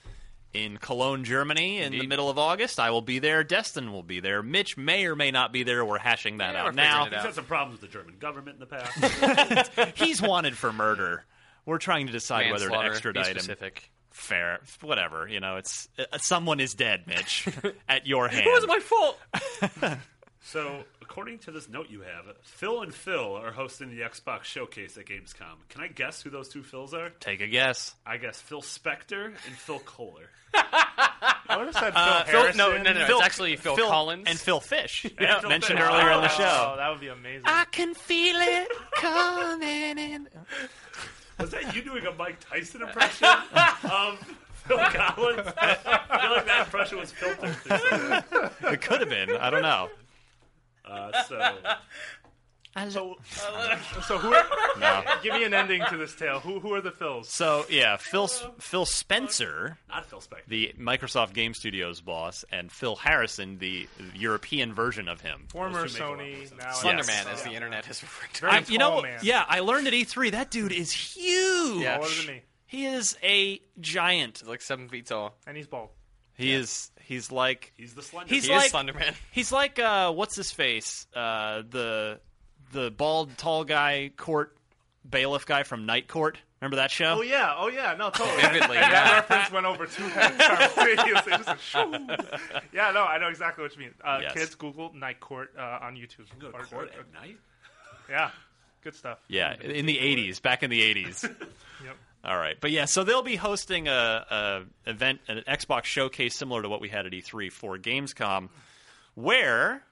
in Cologne, Germany, in the Indeed. middle of August. I will be there. Destin will be there. Mitch may or may not be there. We're hashing that Yeah, we're out figuring now. it He's out. had some problems with the German government in the past. He's wanted for murder. We're trying to decide whether to Manslaughter. Be extradite him. specific. Fair, whatever. You know, it's uh, someone is dead, [laughs] Mitch, at your hand. It wasn't my fault. so, according to this note you have, Phil and Phil are hosting the Xbox showcase at Gamescom. Can I guess who those two Phils are? Take a guess. I guess Phil Spector and Phil Kohler. I would have said Phil [laughs] Uh, Phil- Harrison. no, no, no, it's actually Phil Collins. and Phil Fish. [laughs] Yeah, Phil mentioned Fish. earlier [laughs] in the Oh, show. that would be amazing. I can feel [laughs] it coming in. Was that you doing a Mike Tyson impression of Phil Collins? I feel like that impression was filtered through something. it could have been. I don't know. Uh, [laughs] so, So, so who? Are, Give me an ending to this tale. Who who are the Phils? So yeah, Phil S- Phil Spencer, not Phil Spector. the Microsoft Game Studios boss, and Phil Harrison, the European version of him. Former Those two make a lot of Sony, sense. now Slenderman, Yes. as the internet has referred to. Very I- you know, tall what- man. yeah, I learned at E3 that dude is huge. Yeah. taller than me, He is a giant. He's like seven feet [laughs] tall. and he's bald. He is. He's like. He's the slender. He's he like. is Slenderman. He's like. Uh, what's his face? Uh, the the bald, tall guy, court bailiff guy from Night Court. Remember that show? Oh yeah, [laughs] oh yeah, no, totally. Vividly, And yeah. That reference went over two times [laughs] previously. Just like, shoo. yeah, no, I know exactly what you mean. Uh, Yes. Kids, Google Night Court uh, on YouTube. You go to Or- court or- at night? yeah, good stuff. Yeah, in the '80s, back in the [laughs] '80s. Yep. All right, but yeah, so they'll be hosting a, a event, an Xbox showcase similar to what we had at E3 for Gamescom, where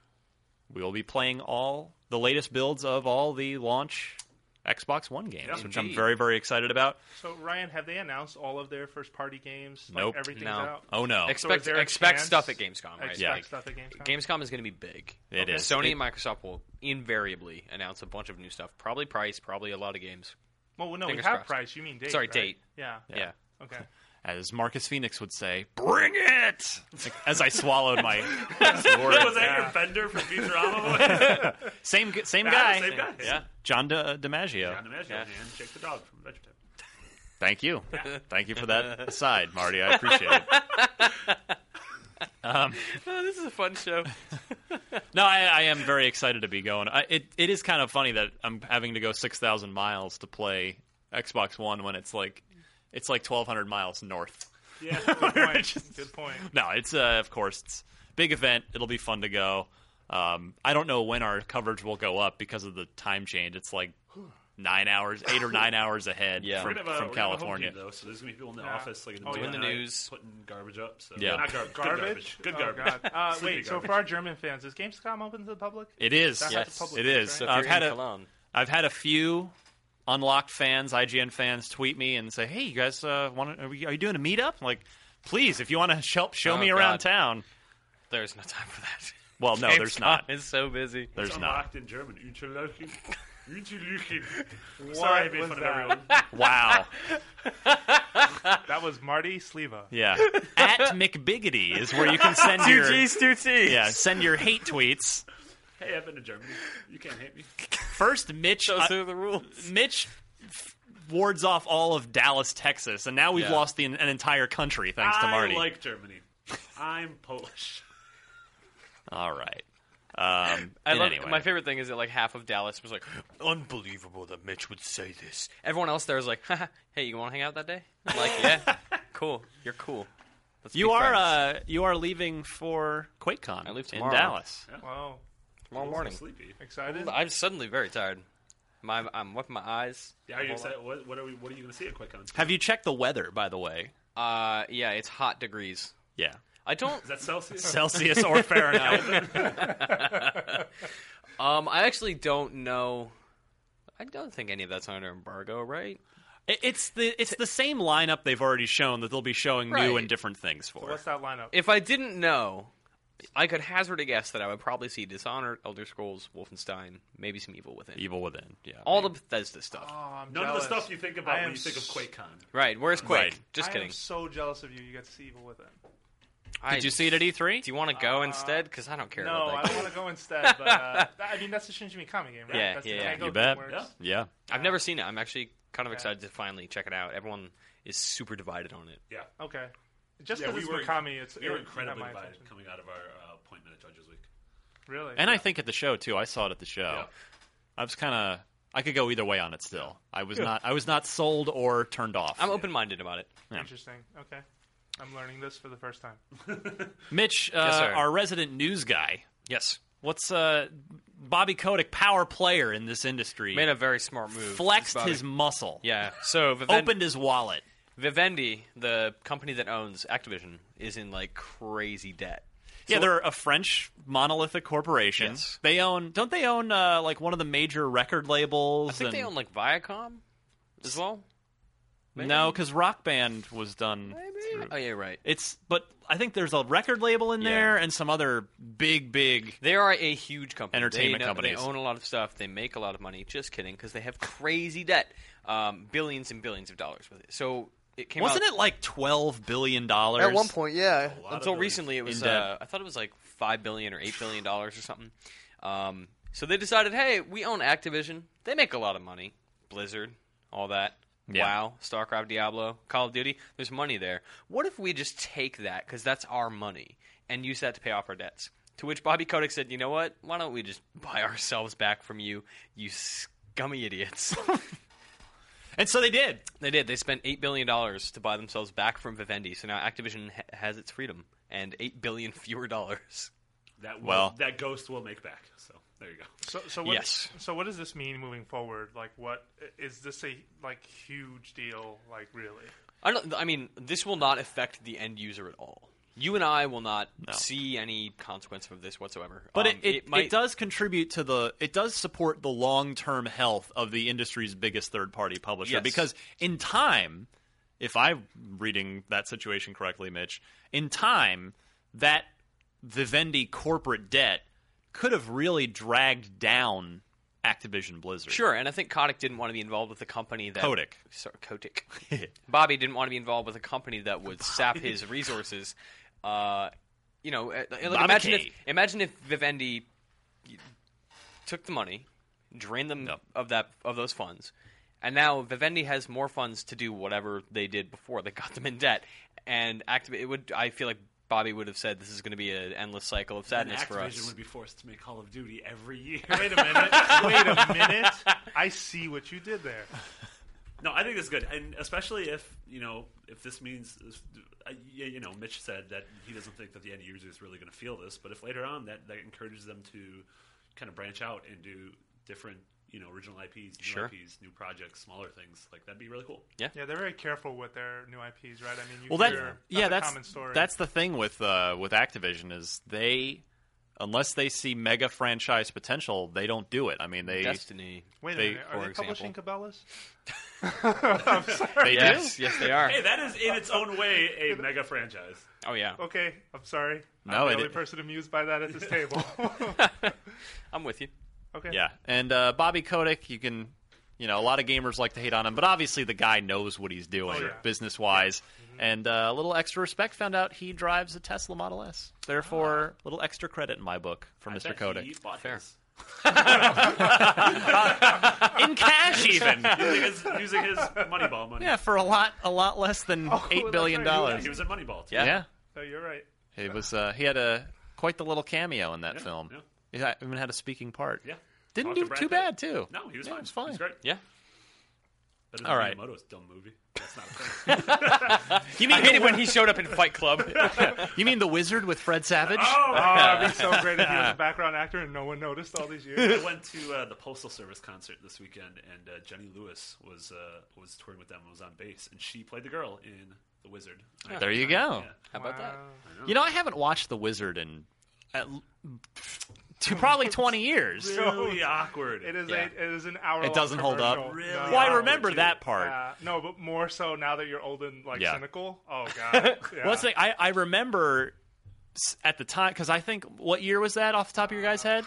we will be playing all the latest builds of all the launch Xbox One games, which I'm Indeed. very very excited about. So Ryan, have they announced all of their first party games? Nope. Like, everything's No. out. Oh So no, is Expect there a expect chance- stuff at Gamescom, right? Expect Yeah. Like, stuff at Gamescom. Gamescom is going to be big. It It Okay. is. is. Sony It- and Microsoft will invariably announce a bunch of new stuff. Probably price. Probably a lot of games. well, no, we have Fingers crossed. price. You mean date? Sorry, right? date. Yeah. Yeah. Okay. as Marcus Phoenix would say, "Bring it!" As I swallowed [laughs] my [laughs] Was that your Bender from Futurama? same g- Ah, same Yeah, guy, same guy. yeah, John De- DiMaggio. John DiMaggio and Jake the dog from Vegetable. Thank [laughs] you. Thank you for that aside, Marty. I appreciate [laughs] it. [laughs] Oh, this is a fun show. No, I, I am very excited to be going. I, it it is kind of funny that I'm having to go six thousand miles to play Xbox One when it's like it's like twelve hundred miles north. [laughs] Yeah. Good point. good point. No, it's uh, of course it's a big event. It'll be fun to go. Um, I don't know when our coverage will go up because of the time change. It's like nine hours, eight or [laughs] nine hours ahead Yeah. from, We're gonna have a- from we're gonna have a home California. team, though, so there's gonna be people in the Yeah. office like in the, Oh, middle of yeah. the night, News. putting garbage up. So Yeah. not garbage, Garbage. Good Oh, garbage. Good [laughs] garbage. God. Uh, Sleepy wait. So garbage. for our German fans, is Gamescom open to the public? It is. That's Yes. a public It is. place, So right? if I've you're had in a- Cologne, I've had a few unlocked fans, IGN fans, tweet me and say, "Hey, you guys, uh, want to, are, we, are you doing a meetup?" I'm like, please, if you want to show, show Oh, me around God. town. there's no time for that. Well, Oh, no, [laughs] there's not. It's so busy. There's not. unlocked in German. Unterlöchen. [laughs] Unterlöchen. Sorry, I made was fun that? of everyone. [laughs] Wow. That was Marty Sleva. Yeah. At McBiggity is where you can send your two T's. yeah send your hate tweets. Hey, I've been to Germany. You can't hate me. First, Mitch. Those uh, are the rules. Mitch f- wards off all of Dallas, Texas, and now we've Yeah. lost the, an entire country thanks to I Marty. like Germany. I'm Polish. all right. Um, [laughs] I and love anyway. my favorite thing is that like half of Dallas was like, unbelievable that Mitch would say this. Everyone else there was like, Haha, hey, you want to hang out that day? I'm like, yeah, [laughs] cool. You're cool. Let's You be are friends." uh, you are leaving for QuakeCon. I leave in tomorrow. Dallas. Wow. tomorrow morning. [laughs] Sleepy. Excited. I'm suddenly very tired. My I'm wiping my eyes. Yeah, are you excited? What, what are we? What are you going to see at QuakeCon? Have you checked the weather, by the way? Uh, yeah, it's hot degrees. Yeah, I don't. Is that Celsius? Celsius [laughs] or Fahrenheit. Um, I actually don't know. I don't think any of that's under embargo, right? It- it's the it's the same lineup they've already shown that they'll be showing new Right. and different things for. What's that lineup? If I didn't know, I could hazard a guess that I would probably see Dishonored, Elder Scrolls, Wolfenstein, maybe some Evil Within. Evil Within. Yeah, All the Bethesda stuff. oh, I'm None jealous. of the stuff you think about I when am you think of s- QuakeCon. Right, where's Quake? Right. Just I kidding. am so jealous of you. You got to see Evil Within. I- Did you see it at E3? Do you want to go instead? Because I don't care. Uh, No, about I that don't game. want to go instead. But [laughs] uh, that- I mean, that's the Shinji Mikami game, right? Yeah, that's yeah, the yeah. Tango You bet. Gameworks. yeah, Yeah. I've never seen it. I'm actually kind of excited to finally check it out. Everyone is super divided on it. Yeah. Okay. Just Yeah, because we it's were- Mikami, it's We were it got incredibly my divided attention. coming out of our uh, appointment at Judges Week. Really? and I think at the show too. I saw it at the show. Yeah. I was kind of I could go either way on it. Still, I was not I was not sold or turned off. I'm open minded about it. interesting. Okay. I'm learning this for the first time. Mitch, uh, sir. our resident news guy. Yes. What's uh, Bobby Kotick, power player in this industry, Made a very smart move. flexed Bobby. his muscle. [laughs] Yeah. So Viven- opened his wallet. Vivendi, the company that owns Activision, is in like crazy debt. Yeah, they're a French monolithic corporation. They own, don't they own uh, like one of the major record labels? I think they and- own like Viacom as well. No, because Rock Band was done. Oh yeah, right. It's but I think there's a record label in there and some other big, big. They are a huge company. Entertainment they know- companies. They own a lot of stuff. They make a lot of money. Just kidding, because they have crazy debt, um, billions and billions of dollars with it. So it came. Wasn't out, it like twelve billion dollars At one point, yeah. until recently it was in debt. uh, I thought it was like five billion or eight billion dollars or something. Um, so they decided, hey, we own Activision. They make a lot of money. Blizzard, all that. Yeah. Wow, StarCraft, Diablo, Call of Duty. There's money there. What if we just take that because that's our money and use that to pay off our debts? To which Bobby Kotick said, you know what? Why don't we just buy ourselves back from you, you scummy idiots? And so they did. They did. They spent eight billion dollars to buy themselves back from Vivendi. So now Activision ha- has its freedom and eight billion [laughs] fewer dollars. That will, Well. that ghost will make back. So there you go. So, so what, Yes. So what does this mean moving forward? Like, what is this a like huge deal? Like, [laughs] really? I don't. I mean, this will not affect the end user at all. You and I will not see any consequence of this whatsoever. But Um, it, it, it, does contribute to the it does support the long term health of the industry's biggest third party publisher Yes. because in time, if I'm reading that situation correctly, Mitch, in time that Vivendi corporate debt could have really dragged down Activision Blizzard. Sure, and I think Kotick didn't want to be involved with a company that Kotick. Sorry, [laughs] Kotick. Bobby didn't want to be involved with a company that would sap his resources. Uh, you know, uh, like, Bobby imagine if K. imagine if Vivendi took the money, drained them of that of those funds, and now Vivendi has more funds to do whatever they did before. They got them in debt, and activate. It would. I feel like Bobby would have said this is going to be an endless cycle of Then sadness for Activision us. would be forced to make Call of Duty every year. [laughs] Wait a minute. Wait a minute. I see what you did there. [laughs] No, I think it's good, and especially if you know if this means, uh, yeah, you know, Mitch said that he doesn't think that the end user is really going to feel this, but if later on that that encourages them to kind of branch out and do different, you know, original IPs, new Sure. IPs, new projects, smaller things, like that'd be really cool. Yeah, they're very careful with their new IPs, right? I mean, you well, that hear yeah, a that's common story. that's the thing with uh, with Activision is they unless they see mega franchise potential, they don't do it. I mean, they Destiny. Wait a they, minute, are they publishing Cabela's? [laughs] They yes, do. yes, [laughs] they are. Hey, that is in its own way a [laughs] mega franchise. oh yeah, Okay, I'm sorry. I'm No, they the only didn't. person amused by that at this [laughs] table. [laughs] I'm with you. okay. Yeah, and uh, Bobby Kotick, you can, you know, a lot of gamers like to hate on him, but obviously the guy knows what he's doing Oh, yeah. business wise. And uh, a little extra respect found out he drives a Tesla Model S. Therefore, a little extra credit in my book for Mr. Kotick. He [laughs] bought his. In [laughs] cash, even. using his using his Moneyball money. yeah, for a lot, a lot less than eight that's billion right, dollars. He was at Moneyball. Too. Yeah. No, you're [laughs] right. he was. Uh, he had a quite the little cameo in that film. yeah. Yeah, even had a speaking part. Yeah. didn't Talked to do Brad too Pitt. bad too. No, he was Yeah, fine. It was fine. He was great. Yeah. Better All than right. Miyamoto's dumb movie. That's not [laughs] a thing. You mean I hated when he showed up in Fight Club? [laughs] You mean the wizard with Fred Savage? Oh, that'd be so great if he [laughs] was a background actor and no one noticed all these years. I went to uh, the Postal Service concert this weekend, and uh, Jenny Lewis was uh, was touring with them. and Was on bass, and she played the girl in The Wizard. There you go. How about that? You know, I haven't watched The Wizard in at, l- to probably 20 years. Really awkward. It is Yeah. a, it is an hour. It doesn't hold up. Really? Well, I No, remember dude. that part. no, but more so now that you're old and like Yeah. cynical. [laughs] Oh god. Yeah. Well, that's the thing. I, I remember s- at the time, because I think, what year was that off the top of your guys' head?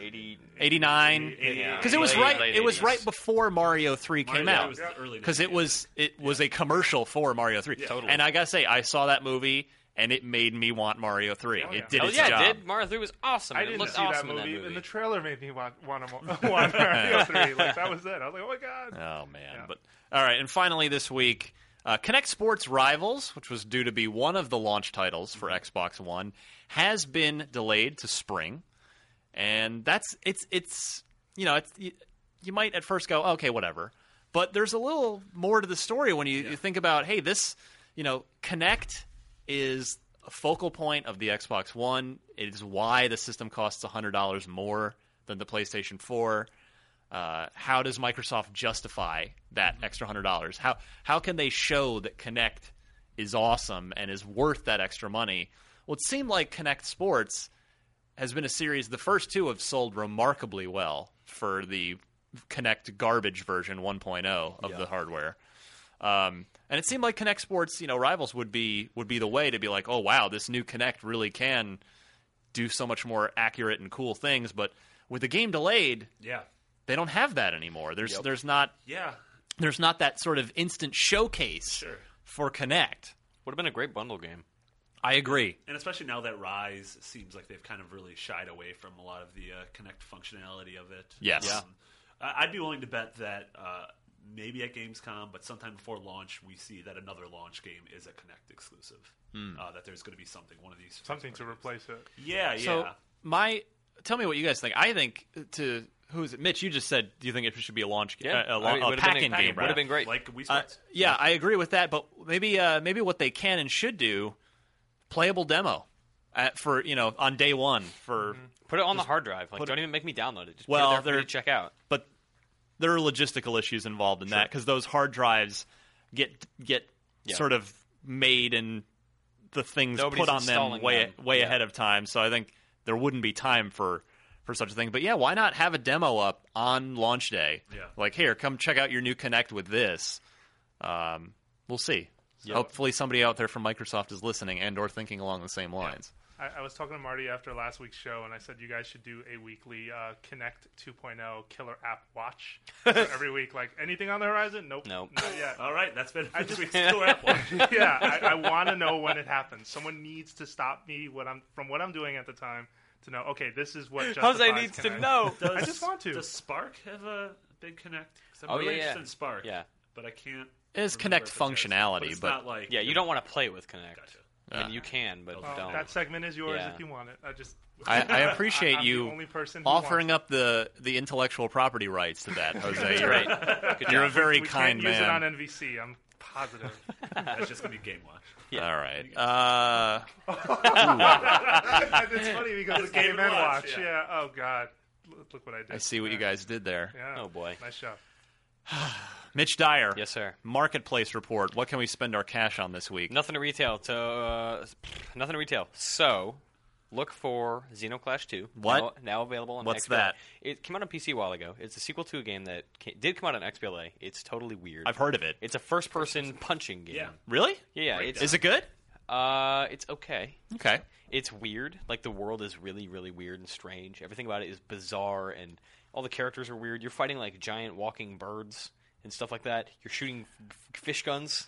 80, 89? Because it was Late- right. late It was 80s. right before Mario Three came Mario out. was the early Because it 90s. was it was a commercial for Mario Three. Totally. And I gotta say, I saw that movie and it made me want Mario Three. Oh, yeah. It did Hell its yeah, job. it did. Mario 3 was awesome. I and it didn't looked see awesome that, in movie, that movie. and the trailer made me want [laughs] want, [laughs] a mo- want Mario Three. Like that was it. I was like, oh my god. Oh man! But all right, and finally this week, uh, Connect Sports Rivals, which was due to be one of the launch titles for Xbox One, has been delayed to spring, and that's it's it's you know it's you, you might at first go okay whatever, but there's a little more to the story when you, you think about hey this you know Connect is a focal point of the Xbox One. It is why the system costs hundred dollars more than the PlayStation Four. Uh, how does Microsoft justify that extra hundred dollars? How how can they show that Connect is awesome and is worth that extra money? Well, it seemed like Connect Sports has been a series. The first two have sold remarkably well for the Connect garbage version 1.0 of the hardware. Um, and it seemed like Connect Sports, you know, rivals would be would be the way to be like, oh wow, this new Connect really can do so much more accurate and cool things. But with the game delayed, Yeah. they don't have that anymore. There's Yep. there's not Yeah. there's not that sort of instant showcase for Connect. Would have been a great bundle game. I agree. And especially now that Rise seems like they've kind of really shied away from a lot of the uh, Connect functionality of it. Yes. Yeah. Um, I- I'd be willing to bet that uh, maybe at Gamescom, but sometime before launch, we see that another launch game is a Connect exclusive. Hmm. Uh, that there's going to be something, one of these. Something to replace it. Yeah, So yeah. my tell me what you guys think. I think to who is it? Mitch, you just said do you think it should be a launch game? Yeah. a, I mean, it la- a would've been pack-in a- game. would've rather. been great. Like we Uh, Sports. yeah, I agree with that. But maybe uh, maybe what they can and should do, playable demo, at, for you know on day one for. Put it on the hard drive. put Like, it- don't even make me download it. Just Well, put it there for they're- me to check out. But there are logistical issues involved in that because those hard drives get get Yeah. sort of made and the things Nobody's put on them installing way them. way Yeah. ahead of time. So I think there wouldn't be time for for such a thing. But yeah, why not have a demo up on launch day? Yeah. Like here, come check out your new Connect with this. Um, we'll see. Hopefully, somebody out there from Microsoft is listening and or thinking along the same lines. I, I was talking to Marty after last week's show, and I said you guys should do a weekly uh, Connect 2.0 killer app [laughs] watch So every week. Like anything on the horizon? Nope. Nope. Not [laughs] yet. All right, [laughs] that's been this week's yeah, Killer App Watch. I, I want to know when it happens. Someone needs to stop me what I'm from what I'm doing at the time to know. Okay, this is what justifies Jose needs to Connect. know. [laughs] I just want to. Does Spark have a big Connect? 'Cause I'm Oh, really yeah, interested yeah. in Spark. Yeah. But I can't. It is remember Connect if it does. functionality, it's but- not like Yeah, you don't want to play with Connect. Gotcha. I mean, you can, but [laughs] Well, don't. that segment is yours Yeah. if you want it. I just I, I appreciate I'm the you only person who offering wants up the the intellectual property rights [laughs] to that, Jose. You're, Right. you're a very it. we can't kind man. use it on NVC. I'm [laughs] positive. That's just gonna be Game Watch. All right. Uh, it's funny because it's Game Game and and Watch, Watch. yeah. Yeah. Oh God. Look, look what I did. I see what you guys did there. Yeah. Oh boy. Nice show. Mitch Dyer. Yes, sir. Marketplace report. What can we spend our cash on this week? Nothing to retail. To uh, nothing to retail. So look for Xenoclash Two. What? now, now available on What's XBLA. that? It came out on PC a while ago. It's a sequel to a game that ca- did come out on XBLA. It's totally weird. I've heard of it. It's a first-person punching game. Yeah. Really? Yeah, it's Is it good? uh, it's okay. Okay. It's weird. Like the world is really, really weird and strange. Everything about it is bizarre, and all the characters are weird. You're fighting like giant walking birds and stuff like that. You're shooting f- f- fish guns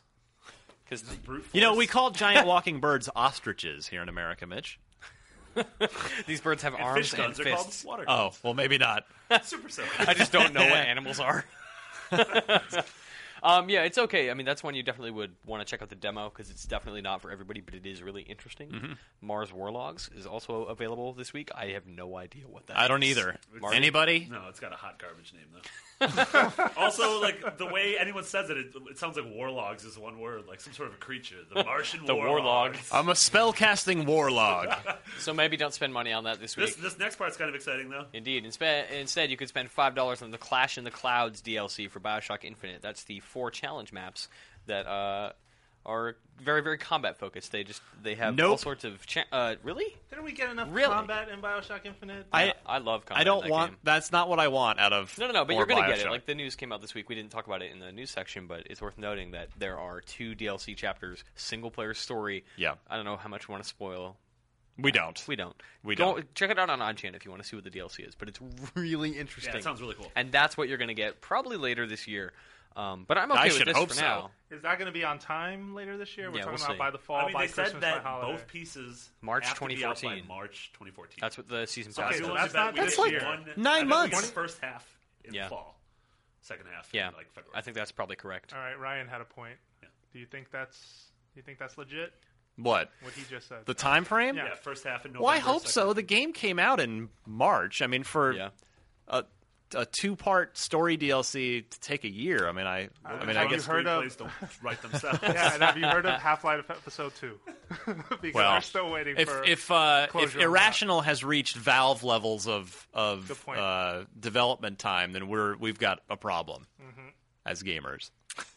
because Brute You know, we force. call [laughs] giant walking birds ostriches here in America, Mitch. these birds have And arms fish guns and are fists. called water [laughs] Oh, well, maybe not. guns. Super simple. I just don't know what animals are. um, yeah, it's okay. I mean, that's one you definitely would want to check out the demo because it's definitely not for everybody, but it is really interesting. Mm-hmm. Mars Warlogs is also available this week. I have no idea what that. I don't is. either. Marty? Anybody? [laughs] No, it's got a hot garbage name though. [laughs] also, like the way anyone says it, it, it sounds like warlogs is one word, like some sort of a creature. The Martian The warlog. warlogs. I'm a spellcasting [laughs] warlog. So maybe don't spend money on that this week. This this next part's kind of exciting though. Indeed. Inspe- instead, you could spend five dollars on the Clash in the Clouds DLC for Bioshock Infinite. That's the four challenge maps that uh, are very, very combat focused. They just they have all Nope. sorts of cha- uh, really. Didn't we get enough Really? combat in Bioshock Infinite? I- Yeah, I love combat. I in don't that want. game. That's not what I want out of. No, no, no. But or you're gonna get it. Bioshock. Like the news came out this week. We didn't talk about it in the news section, but it's worth noting that there are two DLC chapters, single player story. Yeah. I don't know how much we want to spoil. we don't. We don't. We Go- don't. check it out on OnChan if you want to see what the DLC is. But it's [laughs] really interesting. Yeah, it sounds really cool. and that's what you're going to get probably later this year. Um, but I'm okay I with should this hope for so. now. Is that going to be on time later this year? We're Yeah, talking we'll about see. by the fall, I mean, by they Christmas, said by that holiday. both pieces March have to be out by 2014. March 2014. That's what the season okay, pass so does. that's I bet not- we that's get like one- nine I bet we get months. the First half in Yeah. fall, second half. Yeah, in, like February. I think that's probably correct. All right, Ryan had a point. Do you think that's do you think that's legit? What? What he just said. The time frame? yeah, first half in November. Well, I hope second so. The game came out in March. I mean, for Yeah. a, a two-part story DLC to take a year. I mean, I, I mean, I have you guess heard of- [laughs] screenplays don't write themselves. yeah, and have you heard of Half Life Episode Two? [laughs] because well, we're still waiting if for if, uh, closure if on that. irrational has reached Valve levels of Good of point. uh, development time, then we're we've got a problem Mhm. as gamers.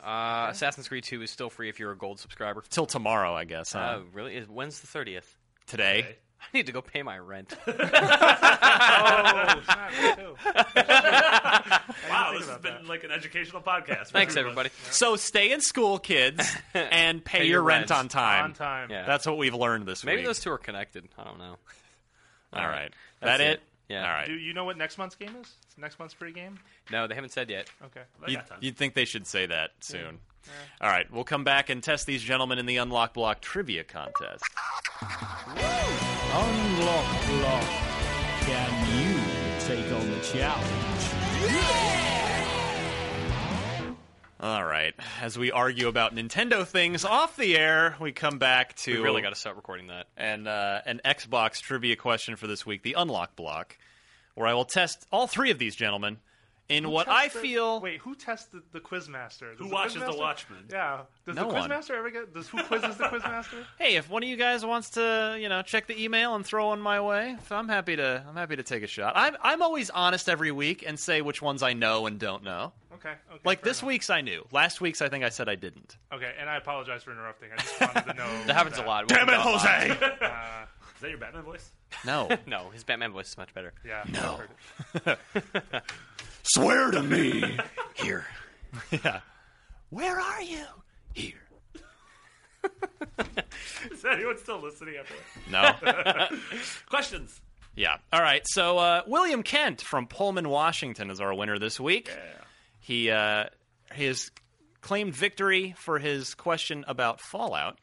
Uh, Assassin's Creed 2 is still free if you're a gold subscriber. Till tomorrow, I guess. Oh, Huh? really? Is- When's the 30th? Today. [laughs] I need to go pay my rent. Oh, snap, me too. I didn't wow, think this has about been that. like an educational podcast. Thanks, everybody. So stay in school, kids, [laughs] and pay, Pay your, your rent, rent. on time. on time. Yeah. That's what we've learned this Maybe week. those two are connected. I don't know. All right. That's that it? it. Yeah. All Do right. Uh, you know what next month's game is? Next month's free game? No, they haven't said yet. Okay. I You'd, got time. you'd think they should say that soon. All right. We'll come back and test these gentlemen in the Unlock Block trivia contest. Unlock Block. Can you take on the challenge? All right. As we argue about Nintendo things off the air, we come back to We really got to stop recording that. and uh, an Xbox trivia question for this week, the Unlock Block, where I will test all three of these gentlemen in what I Test the- feel. Wait, who tests the, the quizmaster? Does Who watches the Quizmaster- Watchmen? Yeah. Does No the one. quizmaster ever get? Does who quizzes the [laughs] quizmaster? Hey, if one of you guys wants to, you know, check the email and throw one my way, if I'm happy to. I'm happy to take a shot. I'm I'm always honest every week and say which ones I know and don't know. Okay. okay Like fair this enough. week's, I knew. Last week's, I think I said I didn't. Okay, and I apologize for interrupting. I just wanted to know. [laughs] That happens a lot. [laughs] We Damn it, haven't done a lot. Jose! Is that your Batman voice? [laughs] No. No, his Batman voice is much better. Yeah. No. I've heard Swear to me. Here. yeah. Where are you? Here. Is anyone still listening after that? [laughs] No. Questions? Yeah. All right. So uh, William Kent from Pullman, Washington, is our winner this week. He uh, he has claimed victory for his question about Fallout,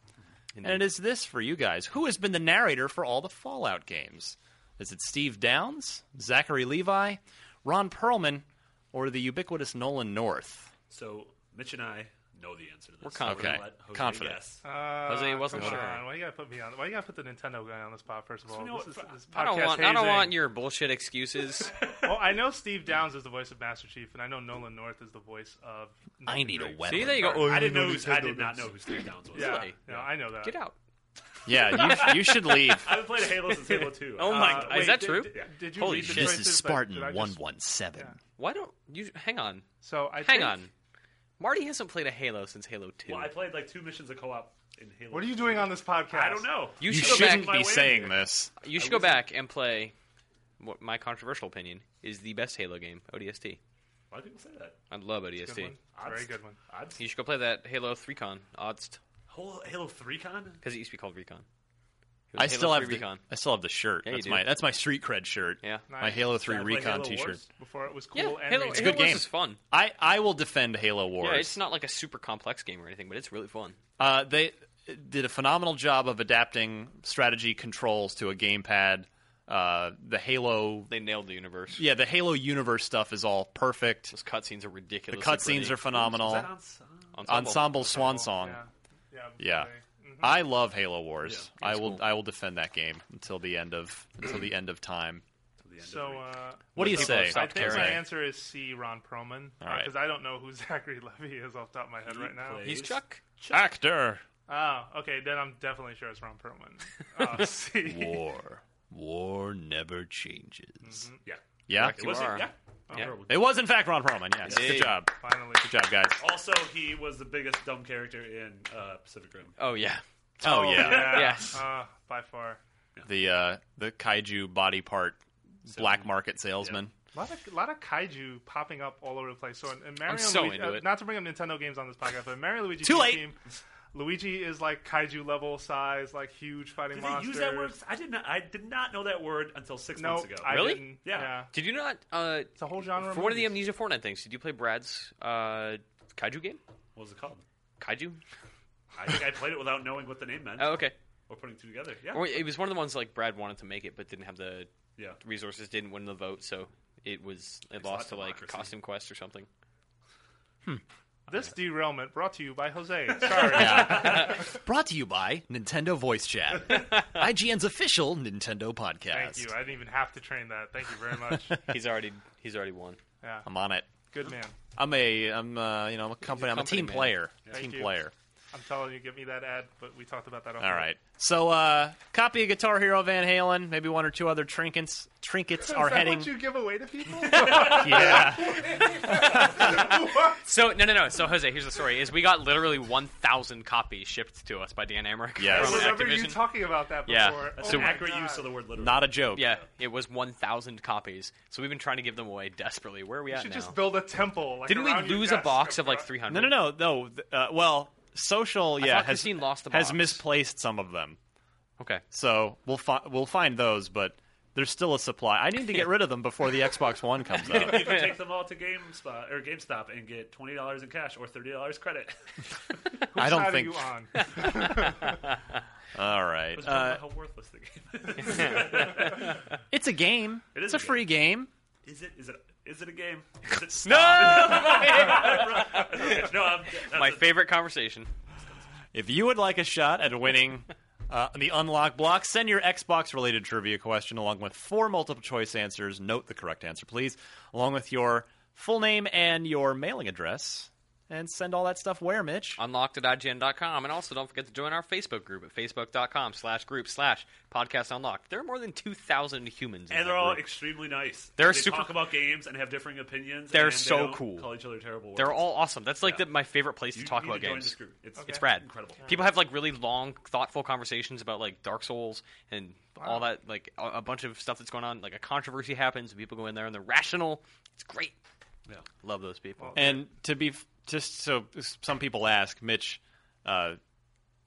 and it is this for you guys: Who has been the narrator for all the Fallout games? Is it Steve Downs, Zachary Levi, Ron Perlman, or the ubiquitous Nolan North? So Mitch and I know the answer to this. We're confident. We're gonna let Jose Confident. guess. it. Uh, [laughs] Jose wasn't come sure. on, Why you gotta put me on? Why you gotta put the Nintendo guy on the spot? First of all, you know this is, what, this I don't podcast want. I don't hazing. want your bullshit excuses. Well, I know Steve Downs is the voice of Master Chief, and I know Nolan North is the voice of. I need a See, weapon. there you Oh, go. I didn't know. Who's, I did not know who Steve Downs was. Yeah, Really? no, I know that. Get out. Yeah, you, you should leave. I haven't played Halo since Halo Two. Oh my! Uh, g- is wait, that did- true? Did, did you Holy read the shit. choices? This Like, did I just- seven. Why don't you hang on? So I Hang think- on. Marty hasn't played a Halo since Halo Two. Well, I played like two missions of co-op in Halo. What are you doing on this podcast? I don't know. You You should go back. shouldn't be saying this. You should go back and play. What my controversial opinion is the best Halo game, ODST. Why do people say that? I love Good ODST. one. Very good one. Odds. You should go play that Halo Three Con Odds Halo, Halo Three con. because it used to be called Recon. It was I Halo still 3 have the, Recon. I still have the shirt. Yeah, you that's do. my that's my street cred shirt. Yeah. My Nice. Halo 3 Did I play Recon Halo t-shirt. Wars? Before it was cool. Yeah, and Halo, reasonable. Halo good Wars game. is fun. I I will defend Halo Wars. Yeah, it's not like a super complex game or anything, but it's really fun. Uh, they did a phenomenal job of adapting strategy controls to a gamepad. Uh, the Halo They nailed the universe. Yeah, the Halo universe stuff is all perfect. Those cutscenes are The ridiculous. cutscenes are phenomenal. Is that on? s- Ensemble, swan song. Yeah. Yeah. Yeah. very- I love Halo Wars. Yeah, I it's will cool. I will defend that game until the end of until the end of time. to the end of So, three? uh, What do you People say? of South I think my Carolina. answer is C. Ron Perlman. All right. Because I don't know who [laughs] Zachary Levy is off the top of my head right now. plays- He's Chuck. Actor. Oh, okay. Then I'm definitely sure it's Ron [laughs] Perlman. Uh, C. War. War never changes. uh, yeah. Yeah. Correct. You was are. it? Yeah. Yeah. Ron Perlman. It was in fact Ron Perlman. Yes. Good Yay. job. Finally. Good job, guys. Also, he was the biggest dumb character in uh, Pacific Rim. Oh [laughs] yeah. Oh, yeah. Yes. Uh, by far. The uh, the kaiju body part black market salesman. A lot, of, lot of kaiju popping up all over the place. So, in, in Mario and so Luigi, into uh, it. not to bring up Nintendo games on this podcast, but in Mario and Luigi Too team, late. Luigi is like kaiju level size, like huge fighting Did they monsters. use that word? I did not. I did not know that word until six No, months ago. I Really? didn't. Yeah. Did you not? Uh, It's a whole genre. for one of the movies. Amnesia Fortnite things, did you play Brad's uh, kaiju game? What was it called? Kaiju? I think I played it without knowing what the name meant Oh, okay. or putting two together. Yeah. Or it was one of the ones like Brad wanted to make it, but didn't have the yeah. resources, didn't win the vote, so it was it lost to not like democracy. Costume Quest [laughs] or something. This derailment brought to you by [laughs] Jose. Sorry. Brought to you by Nintendo Voice Chat, IGN's official Nintendo podcast. Thank you. I didn't even have to train that. Thank you very [laughs] much. He's already he's already won. Yeah. I'm on it. Good man. I'm a I'm uh, you know I'm a company I'm a company team man. player. Thank Team you. player. I'm telling you, give me that ad. But we talked about that. off All air. right. So, uh, copy of Guitar Hero Van Halen, maybe one or two other trinkets. Trinkets Is are that heading. what you give away to [laughs] people? [laughs] so no, no, no. So Jose, here's the story: is we got literally 1,000 copies shipped to us by Dan Amric I from remember you Activision. talking about that before. Yeah. Oh That's an my accurate God. use of the word literally. Not a joke. Yeah. Yeah, it was 1,000 copies. So we've been trying to give them away desperately. Where are we You at should now? just build a temple. Like, Didn't we around your lose a desk. box of like 300? No, no, no, no. th- Uh, well, social, I yeah, thought has Christine lost the has box. misplaced some of them. Okay, so we'll fi- we'll find those, but there's still a supply. I need to [laughs] get rid of them before the Xbox One comes You out. can take them all to GameSpot or GameStop and get twenty dollars in cash or thirty dollars credit. [laughs] I don't think. [laughs] All I right. was talking Uh, about how worthless the game [laughs] is. [laughs] it's a game. It is It's a free game. Is it? Is it? Is it a game? Is it No! [laughs] [laughs] no, I'm, that's my a- favorite conversation. If you would like a shot at winning uh, the unlock block, send your Xbox related trivia question along with four multiple choice answers. Note the correct answer, please, along with your full name and your mailing address. And send all that stuff where, Mitch? Unlocked at IGN.com. And also don't forget to join our Facebook group at Facebook.com slash group slash podcast unlocked. There are more than 2,000 humans in And that they're all group. extremely nice. They're they super- talk about games and have differing opinions. They're and they so don't cool. Call each other terrible. Words. They're all awesome. That's like Yeah. the, my favorite place You to talk need about to join games. this group. It's- it's Okay. rad. Incredible. People have like really long, thoughtful conversations about like Dark Souls and all that, like a, a bunch of stuff that's going on. Like a controversy happens, and people go in there and they're rational. It's great. Yeah. Love those people. And to be f- just so some people ask, Mitch, uh,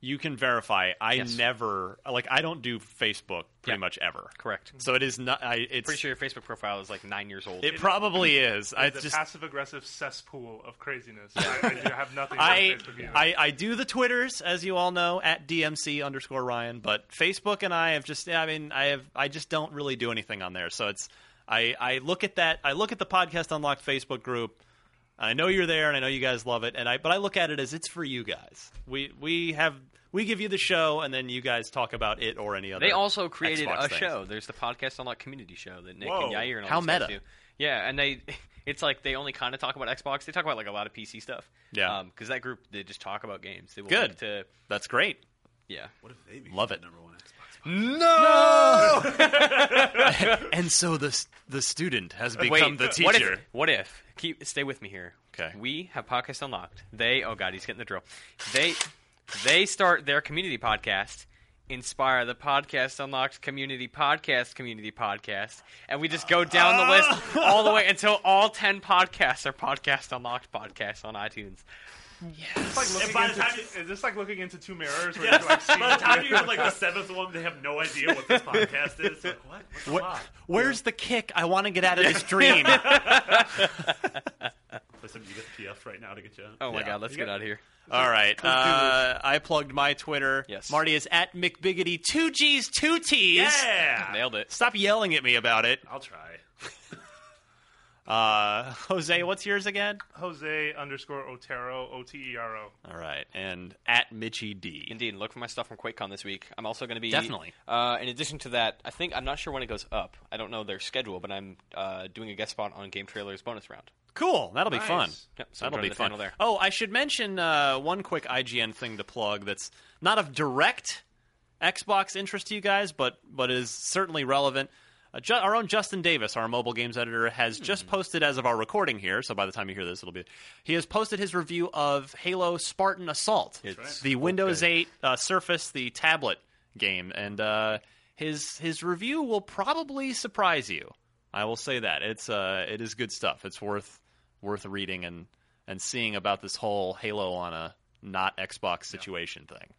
you can verify. I Yes. never like I don't do Facebook pretty Yeah. much ever. Correct. So it is not. I it's Pretty sure your Facebook profile is like nine years old. It probably is. I It's a just passive aggressive cesspool of [laughs] craziness. I, I do have nothing. I, on Facebook either. I I do the Twitters as you all know at DMC underscore Ryan, but Facebook and I have just I mean I have I just don't really do anything on there. So it's I I look at that I look at the podcast unlocked Facebook group. I know you're there and I know you guys love it and I but I look at it as it's for you guys. We we have we give you the show and then you guys talk about it or any other. They also created Xbox a things. show. There's the podcast on like community show that Nick Whoa. and Yair and all How these guys meta. do. Yeah, and they [laughs] it's like they only kind of talk about Xbox. They talk about like a lot of PC stuff. Yeah. because that group they just talk about games. They will Good. link To That's great. yeah. What if they became Love the it. Number one Xbox. and so the s- the student has become Wait, the uh, teacher. What if, what if? Keep stay with me here. Okay. We have podcast unlocked. They oh god, he's getting the drill. They they start their community podcast. Inspire the podcast unlocked community podcast community podcast, and we just go down the list all [laughs] the way until all ten podcasts are podcast unlocked podcasts on iTunes. It's like looking And by the into, time is this like looking into two mirrors? Where Yes. you [laughs] like see By [laughs] the time you're like the seventh one, they have no idea what this podcast is. Like, what? What the Where- fuck? where's the kick? I want to get out of this dream. Listen, you get the PF right now to get you out. Oh my Yeah. god, let's get out of here. All right. Uh, I plugged my Twitter. Yes. Marty is at McBiggity. Two G's, two T's. Ah. Yeah. Nailed it. Stop yelling at me about it. I'll try. Uh, Jose, what's yours again? Jose underscore Otero O T E R O. All right. And at Mitchie D. Indeed, look for my stuff from QuakeCon this week. I'm also going to be Definitely. Uh, in addition to that, I think I'm not sure when it goes up. I don't know their schedule, but I'm uh, doing a guest spot on Game Trailers bonus round. Cool. That'll be Nice. fun. Yep, so That'll join be the fun. panel there. Oh, I should mention uh, one quick IGN thing to plug that's not of direct Xbox interest to you guys, but but is certainly relevant. Uh, Ju- our own Justin Davis, our mobile games editor, has just posted as of our recording here. So by the time you hear this, it'll be he has posted his review of Halo Spartan Assault, It's the Windows 8 uh, Surface, the tablet game, and uh, his his review will probably surprise you. I will say that it's uh, it is good stuff. It's worth worth reading and and seeing about this whole Halo on a not Xbox situation thing.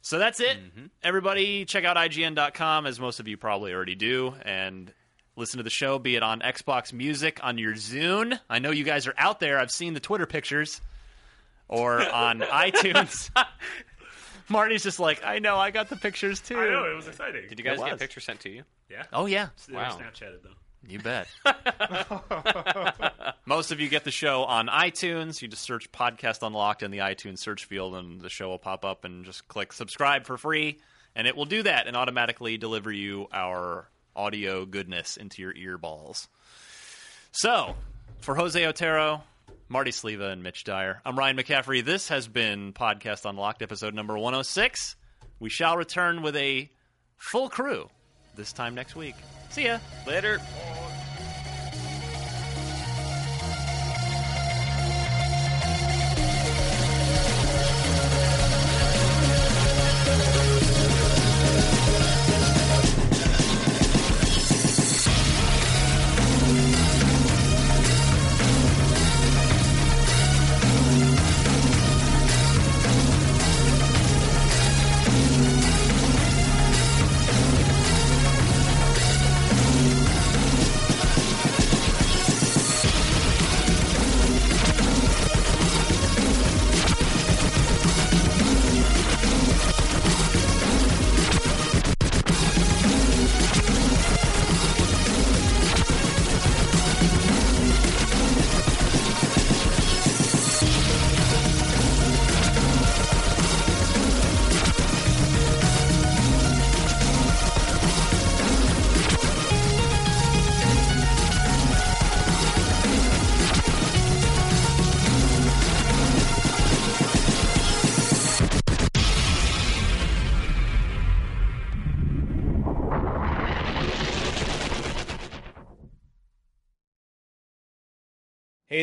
So that's it. Everybody, check out IGN.com, as most of you probably already do, and listen to the show, be it on Xbox Music, on your Zune. I know you guys are out there. I've seen the Twitter pictures, or on iTunes. Marty's just like, I know, I got the pictures too. I know it was exciting. Did you guys It get was. pictures sent to you? Yeah. Oh, yeah. They were Wow. Snapchatted though. You bet. [laughs] Most of you get the show on iTunes. You just search Podcast Unlocked in the iTunes search field, and the show will pop up, and just click subscribe for free. And it will do that and automatically deliver you our audio goodness into your ear balls. So, for Jose Otero, Marty Sleva and Mitch Dyer. I'm Ryan McCaffrey. This has been Podcast Unlocked, episode number 106. We shall return with a full crew this time next week. See ya. Later. Hey